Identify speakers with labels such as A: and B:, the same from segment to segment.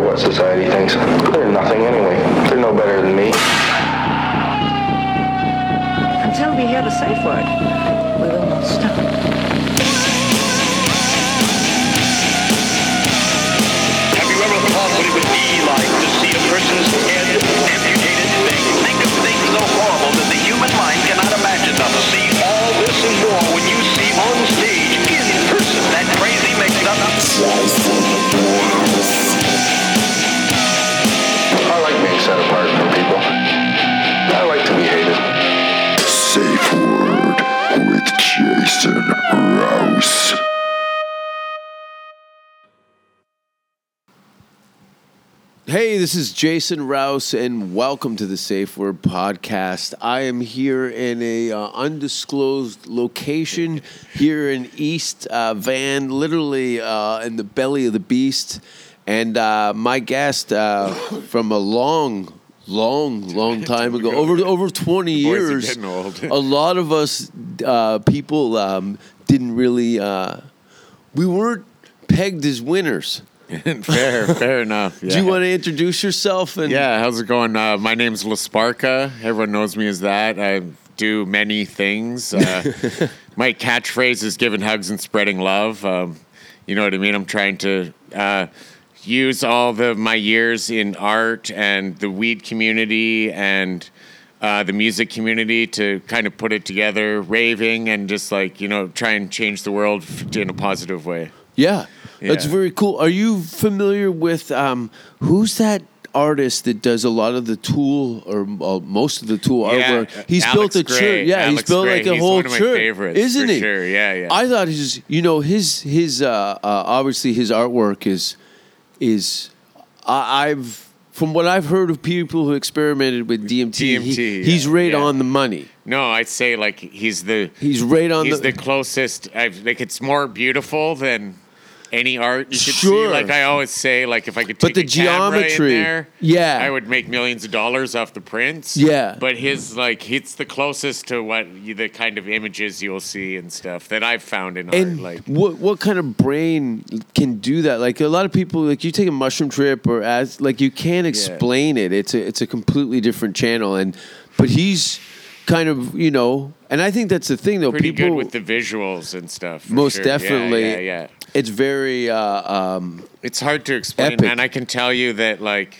A: what society thinks. They're nothing anyway. They're no better than me.
B: Until we hear the safe word, we will not stop.
C: Have you ever thought what it would be like to see a person's head amputated? Think of things so horrible that the human mind cannot imagine them. See all this and more when you see on stage in person that crazy mix-up.
A: I like being set apart from people. I like to be hated.
D: Safe Word with Jason Rouse.
E: Hey, this is Jason Rouse, and welcome to the Safe Word Podcast. I am here in a uh, undisclosed location here in East uh, Van, literally uh, in the belly of the beast. And uh, my guest uh, from a long, long, long time ago, over over twenty
F: boys are
E: years,
F: getting old.
E: a lot of us uh, people um, didn't really, uh, we weren't pegged as winners.
F: fair, fair enough.
E: Do you want to introduce yourself? And
F: Yeah, how's it going? Uh, my name's Lasparka. Everyone knows me as that. I do many things. Uh, my catchphrase is giving hugs and spreading love. Um, you know what I mean? I'm trying to uh, use all the my years in art and the weed community and uh, the music community to kind of put it together, raving and just like you know, try and change the world f- in a positive way.
E: Yeah, that's
F: Yeah.
E: very cool. Are you familiar with um, who's that artist that does a lot of the Tool or uh, most of the Tool
F: Yeah,
E: artwork? He's built
F: Alex
E: a
F: Gray.
E: church. Yeah, he's
F: Alex
E: built
F: Gray.
E: like a
F: He's
E: whole
F: one of my
E: church,
F: favorites,
E: isn't
F: for
E: he?
F: sure. Yeah, yeah.
E: I thought his, you know, his his uh, uh, obviously his artwork is is I, I've from what I've heard of people who experimented with DMT, he-
F: DMT, yeah,
E: he's right
F: yeah.
E: on the money.
F: No, I'd say like he's the
E: He's right on
F: he's the, closest. I've, like it's more beautiful than any art you could
E: Sure.
F: see. Like I always say, like if I could
E: But
F: take
E: the
F: a camera in
E: geometry,
F: there,
E: yeah.
F: I would make millions of dollars off the prints.
E: Yeah.
F: but his like it's the closest to what you, the kind of images you'll see and stuff that I've found in
E: And
F: art. Like
E: what what kind of brain can do that? Like a lot of people, like you take a mushroom trip or as like you can't explain it. It's a it's a completely different channel. And but he's kind of you know, and I think that's the thing though.
F: pretty
E: people
F: good with the visuals and stuff. for
E: most
F: sure. Yeah,
E: definitely.
F: yeah, yeah.
E: It's very. Uh, um,
F: It's hard to explain,
E: Epic.
F: and I can tell you that like.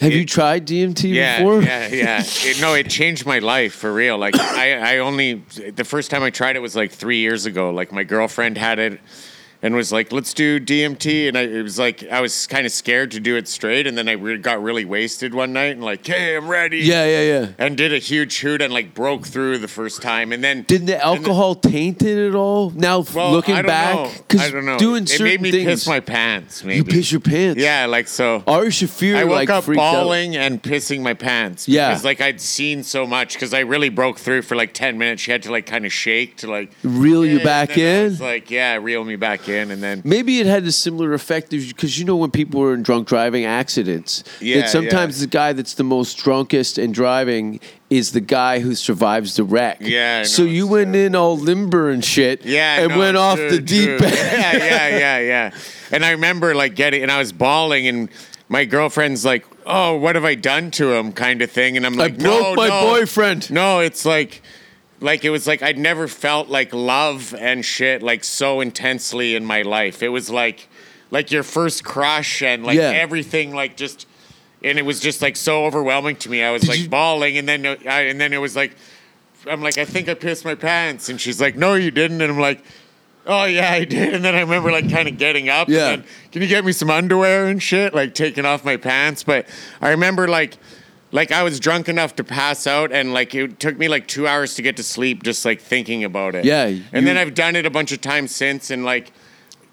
E: have you
F: It-
E: tried DMT
F: yeah,
E: before?
F: Yeah, yeah. It, no, it changed my life for real. Like I, I only the first time I tried it was like three years ago. Like my girlfriend had it and was like, "Let's do DMT," and I, it was like I was kind of scared to do it straight, and then I re- got really wasted one night and like, "Hey, I'm ready."
E: yeah, yeah, yeah.
F: And did a huge hoot and like broke through the first time, and then
E: Didn't the alcohol taint it at all? Now
F: Well,
E: looking
F: I don't know.
E: back,
F: I don't know.
E: doing
F: it
E: certain
F: made me
E: things,
F: piss my pants. Maybe
E: you piss your pants.
F: Yeah, like so.
E: Ari Shafir
F: I woke
E: like
F: up
E: freaked out.
F: bawling and pissing my pants.
E: Yeah.
F: because like I'd seen so much because I really broke through for like ten minutes. She had to like kind of shake to like
E: Reel you
F: and
E: back
F: then I was
E: in?
F: like yeah, reel me back in, and then
E: Maybe it had a similar effect because you know when people were in drunk driving accidents,
F: Yeah,
E: that sometimes
F: yeah.
E: the guy that's the most drunkest and driving is the guy who survives the wreck.
F: Yeah, I
E: so
F: know,
E: you
F: it's
E: went in all limber and shit.
F: yeah,
E: and
F: no,
E: went off
F: true,
E: the deep
F: true.
E: end.
F: yeah, yeah, yeah, yeah. And I remember like getting, and I was bawling, and my girlfriend's like, "Oh, what have I done to him?" kind of thing, and I'm
E: I
F: like,
E: broke
F: "No,
E: my
F: no."
E: boyfriend.
F: No, it's like like it was like I'd never felt like love and shit like so intensely in my life. It was like like your first crush and like
E: Yeah.
F: everything like just and it was just like so overwhelming to me. I was like
E: you-
F: bawling and then uh, I, and then it was like I'm like I think I pissed my pants and she's like no you didn't and I'm like Oh yeah, I did. And then I remember like kind of getting up.
E: Yeah.
F: And then, Can you get me some underwear and shit? Like taking off my pants. But I remember like, like I was drunk enough to pass out, and like it took me like two hours to get to sleep, just like thinking about it.
E: Yeah,
F: And
E: you-
F: then I've done it a bunch of times since, and like,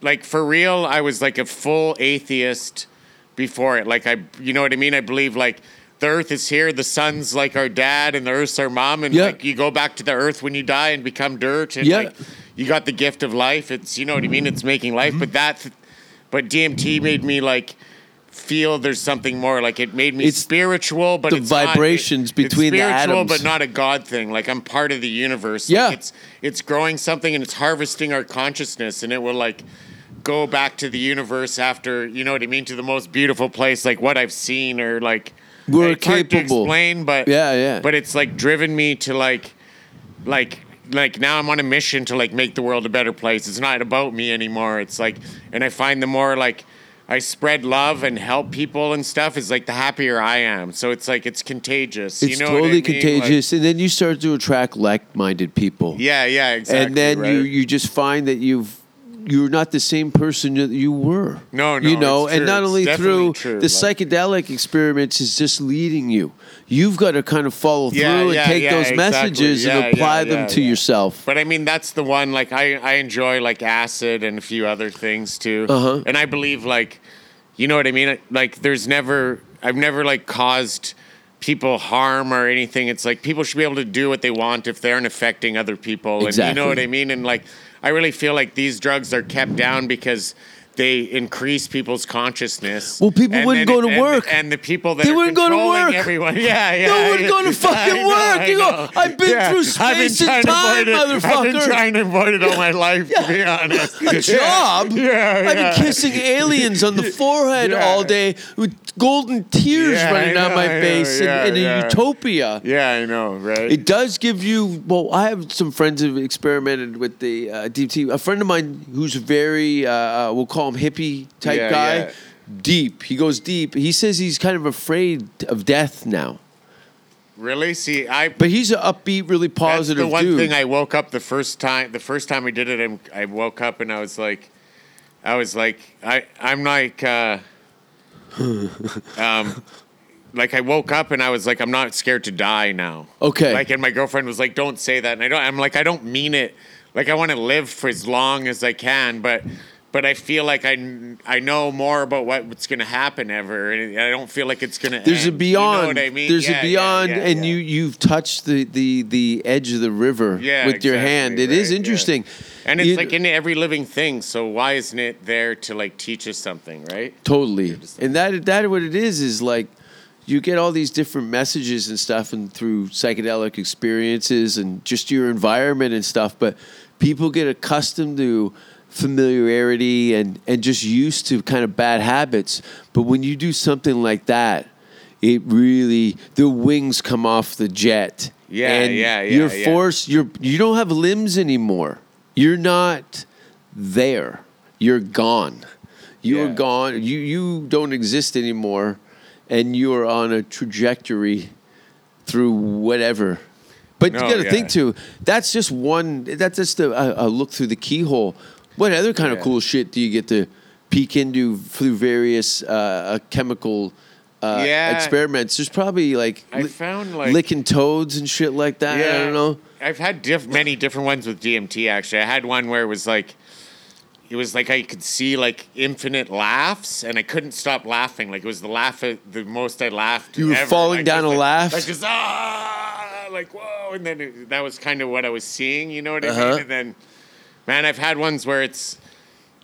F: like for real, I was like a full atheist before it. Like I, you know what I mean? I believe like. The earth is here. The sun's like our dad, and the earth's our mom. And
E: Yeah.
F: like you go back to the earth when you die and become dirt. And
E: Yeah.
F: like you got the gift of life. It's you know what I mean. It's making
E: Mm-hmm.
F: life, but that, but DMT made me like feel there's something more. Like it made me
E: It's
F: spiritual, but
E: the
F: it's not-
E: vibrations
F: it-
E: between the
F: it's spiritual,
E: atoms.
F: but not a God thing. Like I'm part of the universe. Like,
E: Yeah.
F: it's it's growing something and it's harvesting our consciousness, and it will like go back to the universe after you know what I mean to the most beautiful place like what I've seen or like
E: We're
F: it's hard to
E: capable.
F: explain but
E: Yeah, yeah.
F: but it's like driven me to like like like now I'm on a mission to like make the world a better place it's not about me anymore it's like and I find the more like I spread love and help people and stuff is like the happier I am so it's like it's contagious
E: It's
F: you know what I
E: totally
F: mean? Like-
E: contagious, and then you start to attract like-minded people.
F: yeah yeah exactly
E: and then you
F: right.
E: you just find that you've you're not the same person that you were.
F: No, no,
E: you know,
F: it's
E: and
F: true.
E: not
F: It's
E: only
F: definitely
E: through
F: true,
E: the
F: like-
E: psychedelic experiments is just leading you. You've got to kind of follow
F: Yeah,
E: through
F: yeah,
E: and take
F: yeah,
E: those
F: exactly.
E: messages
F: Yeah,
E: and apply
F: yeah,
E: them
F: yeah,
E: to
F: yeah.
E: yourself.
F: But I mean, that's the one. Like, I, I enjoy like acid and a few other things too.
E: Uh-huh.
F: And I believe like, you know what I mean? Like, there's never I've never like caused people harm or anything. It's like people should be able to do what they want if they aren't affecting other people. And you know what
E: Exactly.
F: I mean? And like, I really feel like these drugs are kept down because. They increase people's consciousness.
E: Well, people
F: And
E: wouldn't
F: then
E: go to
F: it- and-
E: work.
F: and the people that
E: They
F: are
E: wouldn't go to
F: controlling
E: work.
F: Everyone, yeah, yeah.
E: No one going to fucking
F: I know,
E: work.
F: I
E: You go,
F: know.
E: "I've been through
F: I've been
E: space and
F: trying to
E: time,
F: avoid it. I've been
E: motherfucker."
F: trying to avoid it all my life, to be honest.
E: A job.
F: Yeah,
E: I've
F: yeah.
E: been kissing aliens on the forehead
F: Yeah.
E: all day with golden tears
F: Yeah, I
E: running down
F: know,
E: my
F: I know,
E: face in-
F: yeah,
E: in, a
F: yeah.
E: utopia.
F: Yeah, I know, right?
E: It does give you. Well, I have some friends who've experimented with the uh, deep tea. A friend of mine who's very, uh, uh, we'll call him hippie type
F: Yeah,
E: guy,
F: yeah.
E: deep. He goes deep. He says he's kind of afraid of death now,
F: really? See, I
E: but he's an upbeat, really positive
F: That's the one
E: dude.
F: thing I woke up the first time. The first time we did it, I'm- I woke up and I was like, I was like, I I'm like, uh, um, like I woke up and I was like, I'm not scared to die now.
E: Okay.
F: Like, and my girlfriend was like, Don't say that. And I don't. I'm like, I don't mean it. Like, I want to live for as long as I can, but. But I feel like I, kn- I know more about what, what's going to happen ever, and I don't feel like it's going to.
E: there's a beyond.
F: You know what I mean?
E: There's
F: Yeah,
E: a
F: yeah,
E: beyond,
F: yeah,
E: and
F: yeah.
E: you you've touched the the the edge of the river
F: Yeah,
E: with your
F: exactly,
E: hand. It is
F: right, yeah.
E: interesting,
F: And it's
E: You-
F: like in every living thing, so why isn't it there to like teach us something, right?
E: Totally. And that that what it is is like you get all these different messages and stuff and through psychedelic experiences and just your environment and stuff, but people get accustomed to familiarity and, and just used to kind of bad habits. But when you do something like that, it really the wings come off the jet.
F: Yeah,
E: and
F: yeah, yeah,
E: You're
F: yeah.
E: forced you're you don't have limbs anymore. You're not there. You're gone. You're
F: Yeah.
E: gone. You you don't exist anymore, and you are on a trajectory through whatever. But
F: No,
E: you got to
F: yeah.
E: think too. That's just one. That's just a, a, a look through the keyhole. What other kind of
F: Yeah.
E: cool shit do you get to peek into through various uh, uh, chemical uh,
F: Yeah.
E: experiments? There's probably like
F: I found, like-
E: licking toads and shit like that. I don't know.
F: I've had diff- many different ones with DMT. Actually, I had one where it was like, it was like I could see like infinite laughs, and I couldn't stop laughing. Like it was the laugh, uh, the most I laughed.
E: You were
F: ever.
E: falling
F: Like,
E: down
F: just
E: a
F: like-
E: laugh?
F: Like just ah, like whoa, and then it, that was kind of what I was seeing. You know what I
E: Uh-huh.
F: mean? And then, man, I've had ones where it's.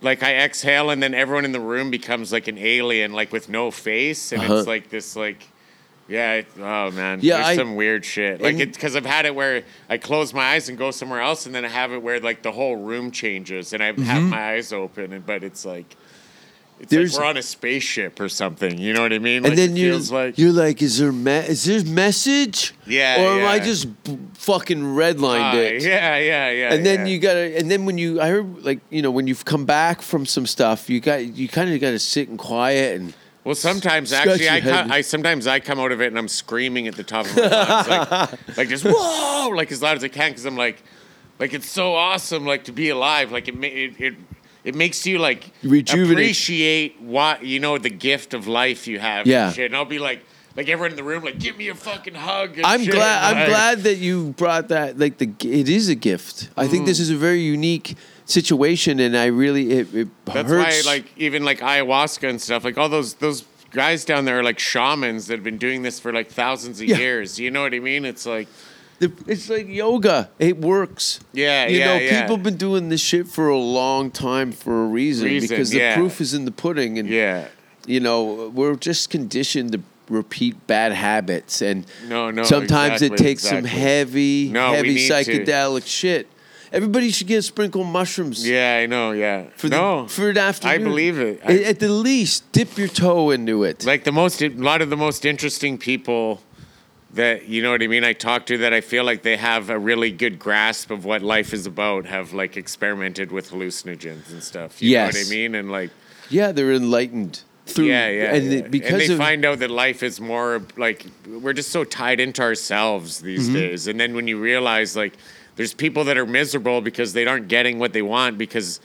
F: Like I exhale, and then everyone in the room becomes like an alien, like with no face, and
E: Uh-huh.
F: it's like this, like, yeah, it, oh man,
E: Yeah,
F: there's
E: I-
F: some weird shit. Like
E: And-
F: it's because I've had it where I close my eyes and go somewhere else, and then I have it where like the whole room changes, and I have my eyes open, and but it's like it's
E: Mm-hmm. There's-
F: like we're on a spaceship or something. You know what I mean?
E: and
F: Like,
E: then
F: it
E: you're
F: feels like
E: you're like, is there me- is there message?
F: Yeah,
E: Or am I
F: yeah.
E: just b- fucking redlined
F: Ah,
E: it?
F: yeah, yeah, yeah.
E: And then
F: yeah.
E: you gotta, and then when you, I heard like you know when you've come back from some stuff, you got you kind of gotta sit and quiet and
F: Well, sometimes
E: Scratch
F: actually,
E: your
F: I,
E: head.
F: co- I sometimes I come out of it and I'm screaming at the top of my lungs, like, like just whoa, like as loud as I can, because I'm like, like it's so awesome, like to be alive, like it ma- it it, it makes you like
E: Rejuvenate.
F: appreciate what you know the gift of life you have. and
E: Yeah.
F: shit. and I'll be like, like everyone in the room, like give me a fucking hug. and
E: I'm
F: shit,
E: glad. I'm
F: like-
E: glad that you brought that. Like the, g- it is a gift. I think
F: Mm.
E: this is a very unique situation, and I really it, it
F: That's
E: hurts.
F: why, like, even like ayahuasca and stuff, like all those those guys down there are like shamans that have been doing this for like thousands of
E: Yeah.
F: years. You know what I mean? It's like.
E: the, it's like yoga. It works.
F: Yeah,
E: you
F: yeah,
E: know,
F: yeah.
E: people been doing this shit for a long time for a reason,
F: Reason,
E: because the
F: yeah.
E: proof is in the pudding, and
F: Yeah.
E: you know, we're just conditioned to repeat bad habits and
F: Oh, No, no,
E: sometimes it
F: exactly,
E: takes some
F: exactly.
E: heavy
F: No, we
E: heavy
F: need to.
E: psychedelic shit Everybody should get sprinkled mushrooms.
F: Yeah, I know. Yeah.
E: For the,
F: no.
E: for an afternoon.
F: I believe it.
E: A- at the least, dip your toe into it.
F: like the most a lot of the most interesting people that you know what I mean I talk to that I feel like they have a really good grasp of what life is about have like experimented with hallucinogens and stuff. You know
E: Yes.
F: what I mean? And like
E: yeah, they're enlightened through.
F: yeah, yeah.
E: And
F: yeah.
E: it- because
F: and they
E: of
F: find out that life is more like we're just so tied into ourselves these
E: Mm-hmm.
F: days. And then when you realize like there's people that are miserable because they aren't getting what they want because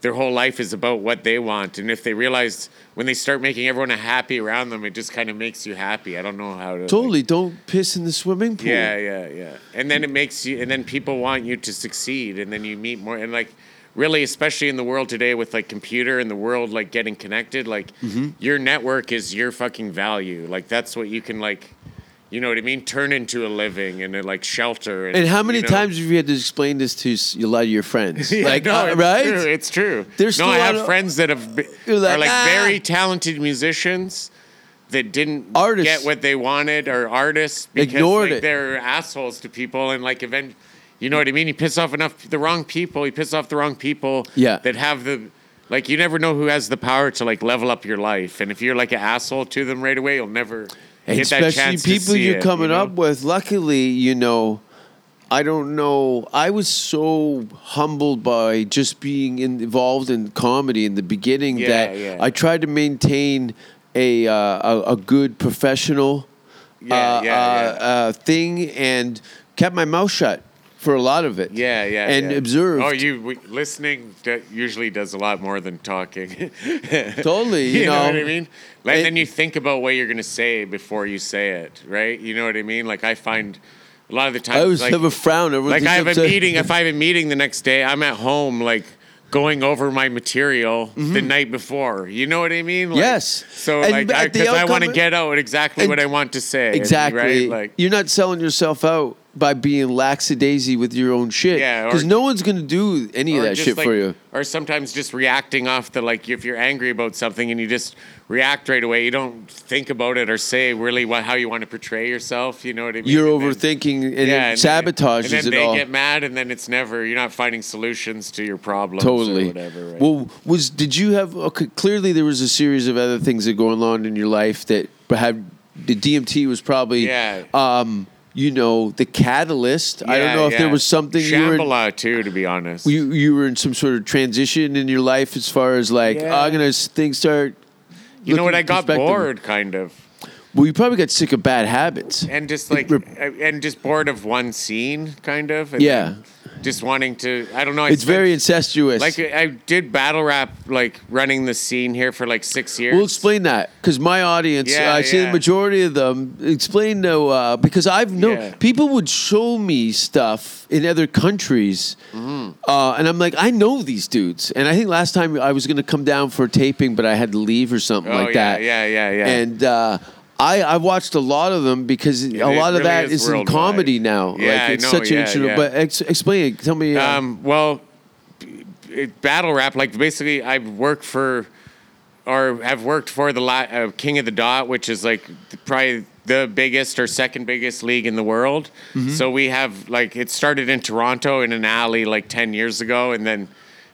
F: their whole life is about what they want. And if they realize when they start making everyone happy around them, it just kind of makes you happy. I don't know how to like,
E: totally don't piss in the swimming pool.
F: yeah, yeah, yeah. And then it makes you, and then people want you to succeed, and then you meet more, and like, really, especially in the world today with like computer and the world like getting connected, like
E: Mm-hmm.
F: your network is your fucking value. Like that's what you can like, you know what I mean? Turn into a living and a, like shelter.
E: And how many
F: you know?
E: times have you had to explain this to s- a lot of your friends?
F: Yeah,
E: like,
F: no,
E: uh,
F: it's
E: right?
F: True, it's true.
E: There's
F: no,
E: still
F: I
E: a lot
F: have
E: of-
F: friends that have be-
E: You're like,
F: are like
E: "Ah."
F: very talented musicians that didn't
E: Artists.
F: get what they wanted or artists because
E: Ignored
F: like,
E: it.
F: they're assholes to people and like event. You know what I mean? You piss off enough the wrong people. You piss off the wrong people.
E: Yeah.
F: That have the like. You never know who has the power to like level up your life. And if you're like an asshole to them right away, you'll never
E: And
F: get that
E: especially
F: chance. to
E: people
F: see
E: you're
F: it,
E: coming
F: you know?
E: up with. Luckily, you know, I don't know. I was so humbled by just being in, involved in comedy in the beginning
F: Yeah,
E: that
F: yeah.
E: I tried to maintain a uh, a, a good professional
F: Yeah,
E: uh,
F: yeah,
E: uh,
F: yeah.
E: Uh, thing and kept my mouth shut for a lot of it.
F: Yeah, yeah.
E: and
F: yeah.
E: observed
F: Oh, you we, listening d- usually does a lot more than talking.
E: totally. You,
F: you know, what I mean? Like,
E: it-
F: then you think about what you're gonna say before you say it, right? You know what I mean? Like I find a lot of the times
E: I always
F: like,
E: have a frown. Everyone's
F: like
E: just
F: I have a
E: upset.
F: meeting. If I have a meeting the next day, I'm at home like going over my material the night before. You know what I mean? Like,
E: Mm-hmm. Yes.
F: So
E: And
F: like
E: at
F: I
E: the
F: because I want to
E: outcome-
F: get out exactly
E: and-
F: what I want to say.
E: Exactly.
F: Right? Like
E: you're not selling yourself out by being lackadaisy with your own shit.
F: Yeah, or-
E: Because no one's gonna do any of that
F: just,
E: shit
F: like-
E: for you.
F: Or sometimes just reacting off the like if you're angry about something and you just react right away, you don't think about it or say really what, how you want to portray yourself. You know what I mean?
E: You're
F: And then-
E: overthinking and it
F: yeah, and then-
E: sabotages
F: and then
E: it
F: they
E: all.
F: get mad, and then it's never. You're not finding solutions to your problems.
E: totally.
F: Or whatever. Right?
E: Well, was did you have? Okay, clearly there was a series of other things that going on in your life that had the DMT was probably
F: Yeah.
E: Um, you know the catalyst. I don't
F: Yeah,
E: know if there
F: yeah.
E: was something you were in-
F: Shambhala too, to be honest.
E: you you were in some sort of transition in your life as far as like
F: Yeah.
E: I'm gonna s- things start.
F: you know
E: looking
F: what? I got
E: perspective.
F: bored, kind of.
E: Well, you probably got sick of bad habits.
F: and just like
E: rep-
F: and just bored of one scene kind of and
E: Yeah.
F: just wanting to i don't know I
E: it's
F: spent-
E: very incestuous.
F: like i did battle rap like running the scene here for like six years
E: we'll explain that because my audience,
F: Yeah,
E: I see the
F: yeah.
E: majority of them explain no uh, because I've no
F: Yeah.
E: people would show me stuff in other countries,
F: Mm-hmm.
E: uh, and I'm like, I know these dudes, and I think last time I was going to come down for a taping, but I had to leave or something
F: Oh,
E: like
F: yeah,
E: that.
F: yeah, yeah, yeah.
E: and. Uh, I, I've watched a lot of them because a
F: it
E: lot of
F: really
E: that
F: is
E: is in
F: worldwide.
E: comedy now.
F: Yeah,
E: like
F: I
E: it's
F: know,
E: such an
F: yeah,
E: interesting.
F: yeah.
E: But ex- explain it. Tell me. Uh,
F: Um, well, b- it, battle rap, like basically, I've worked for or have worked for the la- uh, King of the Dot, which is like th- probably the biggest or second biggest league in the world.
E: Mm-hmm.
F: So we have like it started in Toronto in an alley like 10 years ago, and then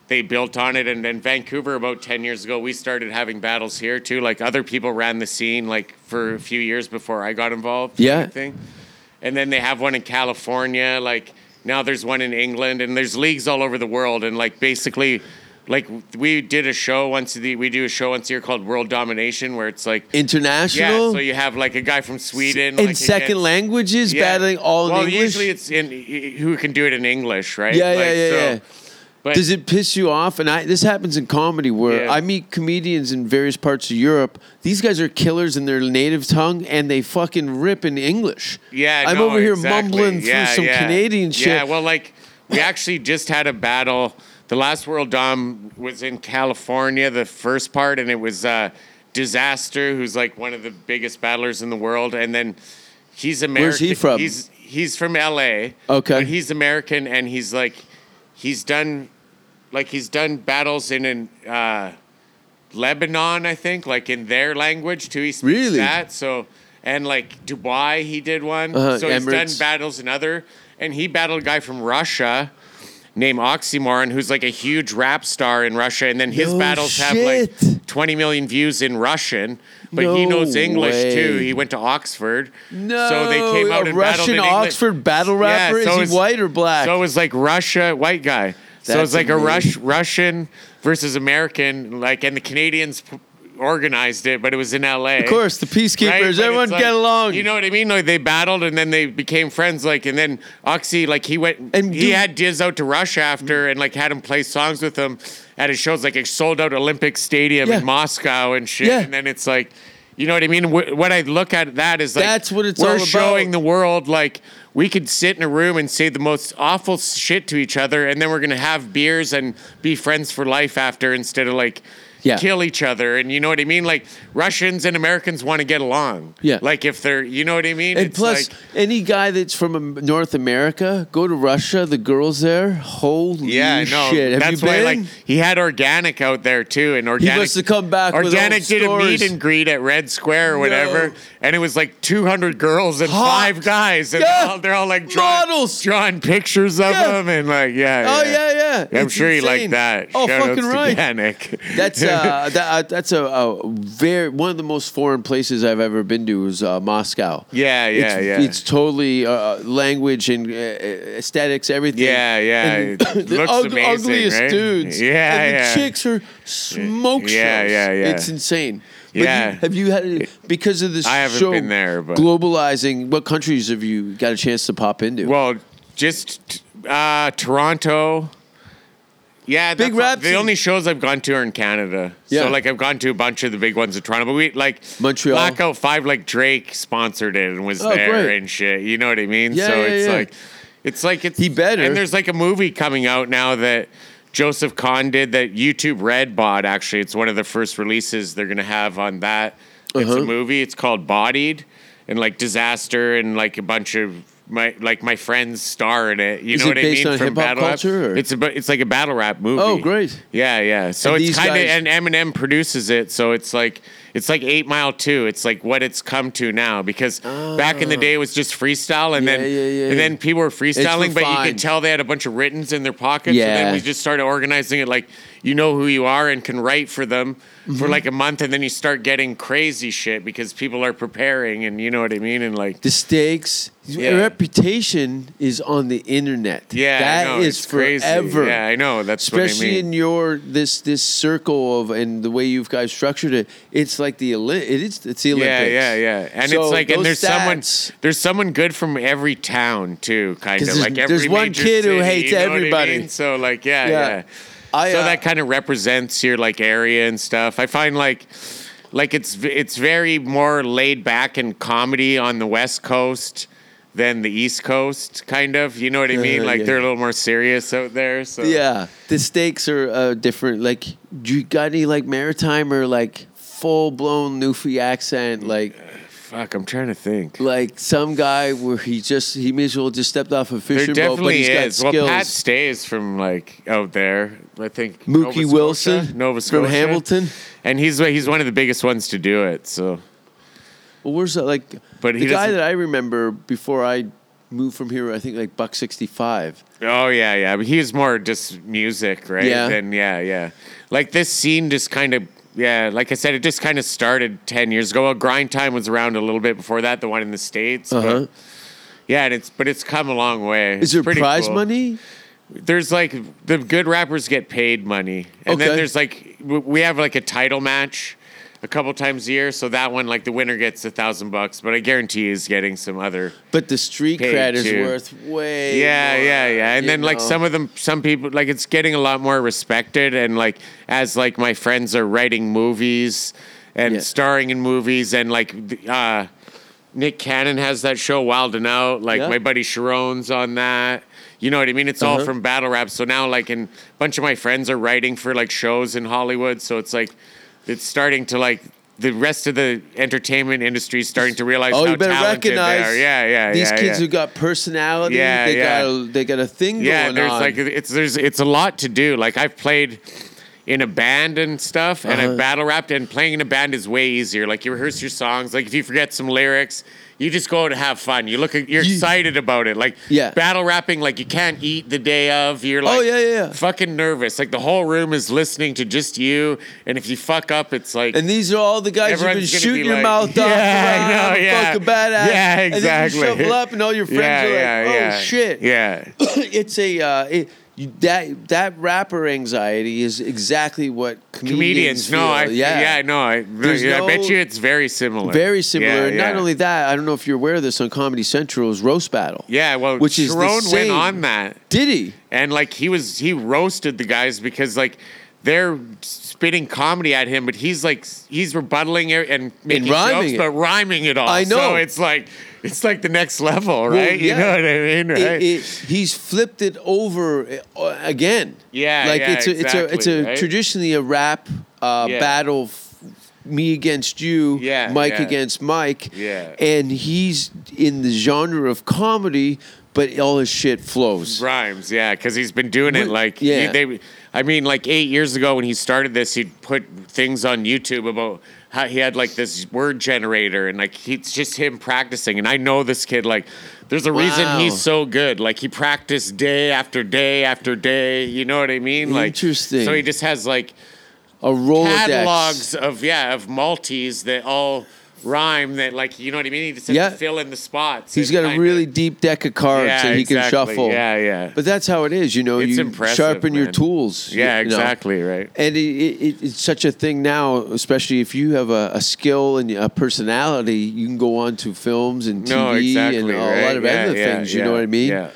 F: they built on it. And then Vancouver about 10 years ago, we started having battles here too. Like other people ran the scene like for a few years before I got involved. kind
E: Yeah.
F: of thing. And then they have one in California. Like now there's one in England, and there's leagues all over the world. And like basically, like we did a show once. The, we do a show once a year called World Domination, where it's like
E: international.
F: yeah. So you have like a guy from Sweden
E: in
F: like,
E: second
F: against-
E: languages,
F: yeah.
E: battling all
F: well,
E: in English.
F: usually it's in who can do it in English, right?
E: Yeah, yeah,
F: Like,
E: yeah,
F: so-
E: yeah.
F: But
E: Does it piss you off? And I this happens in comedy where
F: Yeah.
E: I meet comedians in various parts of Europe. These guys are killers in their native tongue, and they fucking rip in English.
F: Yeah,
E: I'm
F: no,
E: over here
F: exactly.
E: mumbling
F: Yeah,
E: through some
F: yeah.
E: Canadian shit.
F: Yeah, well, like we actually just had a battle. The last World Dom was in California, the first part, and it was uh, Disaster, who's like one of the biggest battlers in the world, and then he's American.
E: he from?
F: He's he's from L.A.
E: Okay.
F: but he's American, and he's like he's done like he's done battles in an. Uh, Lebanon, I think, like in their language too. He speaks
E: Really?
F: that. So and like Dubai, he did one.
E: Uh-huh,
F: so he's done
E: Emirates.
F: battles in other, and he battled a guy from Russia, named Oxymoron who's like a huge rap star in Russia, and then his
E: No
F: battles have
E: shit.
F: like 20 million views in Russian, but he
E: No
F: knows English too.
E: way.
F: He went to Oxford,
E: No,
F: so they came out
E: a
F: and battled
E: Russian
F: in English.
E: Oxford battle
F: Yeah,
E: rapper.
F: so
E: is
F: it's-
E: he white or black?
F: So it was like Russia, white guy. so it
E: That's
F: was like a Rush,
E: amazing.
F: Russian versus American, like, and the Canadians p- organized it, but it was in L.A.
E: of course, the
F: right?
E: peacekeepers.
F: But
E: Everyone
F: it's like-
E: get along.
F: You know what I mean? Like they battled and then they became friends. Like and then Oxy, like he went
E: And
F: and he
E: dude-
F: had Diz out to Rush after and like had him play songs with him at his shows. Like it sold out Olympic Stadium
E: Yeah.
F: in Moscow and shit.
E: Yeah.
F: And then it's like, you know what I mean? Wh- What I look at that is like
E: That's what it's
F: we're
E: all about.
F: showing the world like. We could sit in a room and say the most awful shit to each other, and then we're gonna have beers and be friends for life after, instead of like
E: Yeah.
F: kill each other. And you know what I mean? Like Russians and Americans want to get along.
E: Yeah.
F: Like if they're, you know what I mean?
E: And
F: It's
E: plus,
F: like,
E: any guy that's from um, North America, go to Russia. The girls there, holy
F: yeah, no,
E: shit! Have
F: that's
E: you
F: why
E: been?
F: like he had organic out there too, and organic.
E: must have come back with
F: Organic
E: old
F: did a
E: stories.
F: meet and greet at Red Square or whatever,
E: No.
F: and it was like two hundred girls and
E: Hot.
F: five guys, and
E: Yeah.
F: they're all- they're all like drawing,
E: Models.
F: drawing pictures of
E: Yeah.
F: them, and like yeah,
E: Oh, yeah, yeah.
F: I'm
E: It's
F: sure he
E: insane.
F: liked that.
E: Oh,
F: Shout outs
E: fucking
F: to
E: right.
F: Organic.
E: That's uh, that, uh, that's a, a very one of the most foreign places I've ever been to is uh, Moscow.
F: Yeah, yeah,
E: it's,
F: yeah.
E: It's totally uh, language and uh, aesthetics, everything.
F: Yeah, yeah.
E: And
F: It
E: the
F: looks
E: ug-
F: amazing,
E: ugliest
F: right?
E: dudes.
F: Yeah,
E: and
F: yeah.
E: The chicks are smoke shows.
F: Yeah, yeah, yeah.
E: It's insane. But
F: Yeah.
E: you, have you had because of this?
F: I haven't
E: show
F: been there, but-
E: globalizing. What countries have you got a chance to pop into?
F: Well, just uh, Toronto. Yeah,
E: Big
F: that's all-
E: rap
F: The
E: scene.
F: only shows I've gone to are in Canada.
E: Yeah.
F: So like I've gone to a bunch of the big ones in Toronto, but we like
E: Montreal.
F: Blackout Five, like Drake sponsored it and was
E: Oh,
F: there
E: great.
F: and shit. You know what I mean?
E: Yeah,
F: so
E: yeah,
F: it's
E: yeah.
F: like, it's like it's
E: He better.
F: And there's like a movie coming out now that. Joseph Kahn did that YouTube Red bought actually. It's one of the first releases they're gonna have on that. It's
E: Uh-huh.
F: a movie. It's called Bodied and like disaster and like a bunch of my like my friends star in it. You
E: Is it
F: know what
E: based
F: I mean?
E: on hip-hop
F: battle rap.
E: culture, or-
F: It's a bu- it's like a battle rap movie.
E: Oh, great.
F: Yeah, yeah. So
E: And
F: it's
E: these
F: kind of
E: guys-
F: and Eminem produces it. So it's like it's like Eight Mile Two. It's like what it's come to now because back in the day it was just freestyle and
E: Oh. Yeah,
F: then
E: yeah, yeah.
F: and then people were freestyling, but you could
E: refined.
F: tell they had a bunch of writtens in their pockets. Yeah. And
E: Yeah.
F: then we just started organizing it like you know who you are and can write for them. For
E: Mm-hmm.
F: like a month, and then you start getting crazy shit because people are preparing, and you know what I mean, and like
E: The stakes,
F: Yeah.
E: reputation is on the internet.
F: Yeah, I
E: that is
F: know, it's crazy.
E: forever.
F: Yeah, I know. That's
E: especially
F: what I mean.
E: in your this this circle of and the way you've guys structured it. It's like the Oli- it is it's the Olympics.
F: Yeah, yeah, yeah. And
E: So
F: it's like, and
E: those
F: there's
E: stats-
F: someone, there's someone good from every town too, kind of
E: 'Cause there's-
F: like every.
E: there's one
F: major
E: kid who
F: city,
E: hates
F: you know what I
E: everybody.
F: mean? So like, yeah,
E: Yeah.
F: yeah.
E: I,
F: so
E: uh,
F: that kind of represents your like area and stuff. I find like. Like it's v- it's very more laid back and comedy on the West Coast than the East Coast, kind of. You know what I mean?
E: Uh-huh,
F: Like
E: yeah.
F: they're a little more serious out there. So
E: Yeah, the stakes are uh, different. Like, do you got any like maritime or like full blown Newfie accent? Like,
F: fuck, I'm trying to think.
E: like some guy where he just he may as well just stepped off a
F: There
E: fishing boat, but
F: definitely
E: he's got
F: is.
E: skills.
F: Well, Pat stays from like out there. I think Nova
E: Mookie
F: Scotia-
E: Wilson
F: Nova Scotia,
E: from Hamilton.
F: and he's he's one of the biggest ones to do it. So
E: Well, where's that? Like,
F: But
E: the
F: he
E: guy
F: doesn't-
E: that I remember before I moved from here, I think like buck sixty five.
F: oh yeah, yeah. But he's more just music, right?
E: Yeah.
F: Then yeah, yeah. Like this scene just kind of yeah. Like I said, it just kind of started ten years ago. Well, Grind Time was around a little bit before that. The one in the states. but-
E: Uh-huh.
F: yeah, and it's but it's come a long way.
E: Is
F: It's
E: there
F: pretty
E: prize
F: cool.
E: money?
F: there's like the good rappers get paid money, and
E: Okay.
F: then there's like w- we have like a title match a couple times a year. So that one, like the winner gets a thousand bucks, but I guarantee he's getting some other.
E: But the street
F: Paid
E: cred is
F: too.
E: worth way.
F: Yeah,
E: more,
F: yeah, yeah. And
E: you
F: then like
E: know.
F: some of them, some people like it's getting a lot more respected, and like as like my friends are writing movies and
E: Yeah.
F: starring in movies, and like the- uh, Nick Cannon has that show Wild and Out. Like
E: Yeah.
F: my buddy Sharon's on that. You know what I mean? It's all
E: Uh-huh.
F: from battle rap. So now like and a bunch of my friends are writing for like shows in Hollywood. So it's like it's starting to like. The rest of the entertainment industry is starting to realize
E: Oh,
F: how
E: you better
F: talented they
E: recognize
F: are. Yeah, yeah,
E: these
F: yeah,
E: kids
F: yeah.
E: who got personality.
F: Yeah,
E: they
F: yeah.
E: got a, they got a thing
F: Yeah,
E: going
F: there's
E: on.
F: like it's there's it's a lot to do. Like I've played in a band and stuff, and
E: Uh-huh.
F: I battle rapped, and playing in a band is way easier. Like you rehearse your songs. Like if you forget some lyrics, you just go out and have fun. You look, you're
E: Ye-
F: excited about it. Like
E: Yeah.
F: battle rapping, like you can't eat the day of. You're like,
E: Oh, yeah, yeah, yeah.
F: fucking nervous. Like the whole room is listening to just you, and if you fuck up, it's like.
E: And these are all the guys you've been
F: Everyone's gonna be
E: shooting your
F: like,
E: mouth off.
F: "Yeah, I
E: around,
F: know,
E: I'm a
F: yeah.
E: fucking badass.
F: Yeah,
E: And
F: exactly.
E: then you shovel up, and all your friends
F: yeah,
E: are like,
F: yeah,
E: "Oh
F: yeah.
E: shit!"
F: Yeah.
E: it's a uh, it, you, that that rapper anxiety is exactly what comedians.
F: comedians. No,
E: feel.
F: I yeah, I know. I,
E: There's
F: I bet
E: no-
F: you it's very similar.
E: Very similar.
F: Yeah,
E: Not
F: yeah.
E: only that, I don't know if you're aware of this on Comedy Central's roast battle.
F: yeah, well,
E: which is the
F: Sharon
E: same.
F: went on that,
E: Did he?
F: and like he was he roasted the guys because like they're spitting comedy at him, but he's like he's rebuttaling it and making
E: rhyming
F: jokes,
E: it.
F: but rhyming it all.
E: I know.
F: So it's like it's like the next level, right?
E: yeah.
F: You know what I mean?
E: It,
F: Right?
E: it, he's flipped it over uh, again.
F: Yeah,
E: like
F: yeah,
E: it's a it's a it's
F: exactly,
E: a
F: right?
E: traditionally a rap uh,
F: Yeah.
E: battle, f- me against you,
F: Yeah,
E: Mike
F: yeah.
E: against Mike.
F: Yeah.
E: and he's in the genre of comedy, but all his shit flows.
F: Rhymes, yeah, because he's been doing it
E: Wh-
F: like
E: yeah.
F: yeah. They, I mean, like eight years ago when he started this, he'd put things on YouTube about how he had like this word generator and like he, it's just him practicing. And I know this kid like. There's a
E: Wow.
F: reason he's so good. Like he practiced day after day after day. You know what I mean? Like
E: Interesting.
F: So he just has like
E: A Rolodex.
F: catalogs of yeah of Maltese that all rhyme. That like you know what I mean? He just has
E: Yeah.
F: to fill in the spots.
E: He's
F: and
E: got a
F: kinda-
E: really deep deck of cards
F: Yeah,
E: that he can
F: exactly.
E: shuffle.
F: Yeah, yeah.
E: But that's how it is, you know.
F: It's
E: you
F: impressive,
E: sharpen your
F: man.
E: tools.
F: yeah,
E: you know.
F: exactly right.
E: And it, it, it's such a thing now, especially if you have a, a skill and a personality, you can go on to films and TV
F: No,
E: and
F: exactly,
E: a
F: right?
E: lot of
F: Yeah,
E: other
F: yeah,
E: things. You
F: yeah,
E: know what I mean?
F: yeah.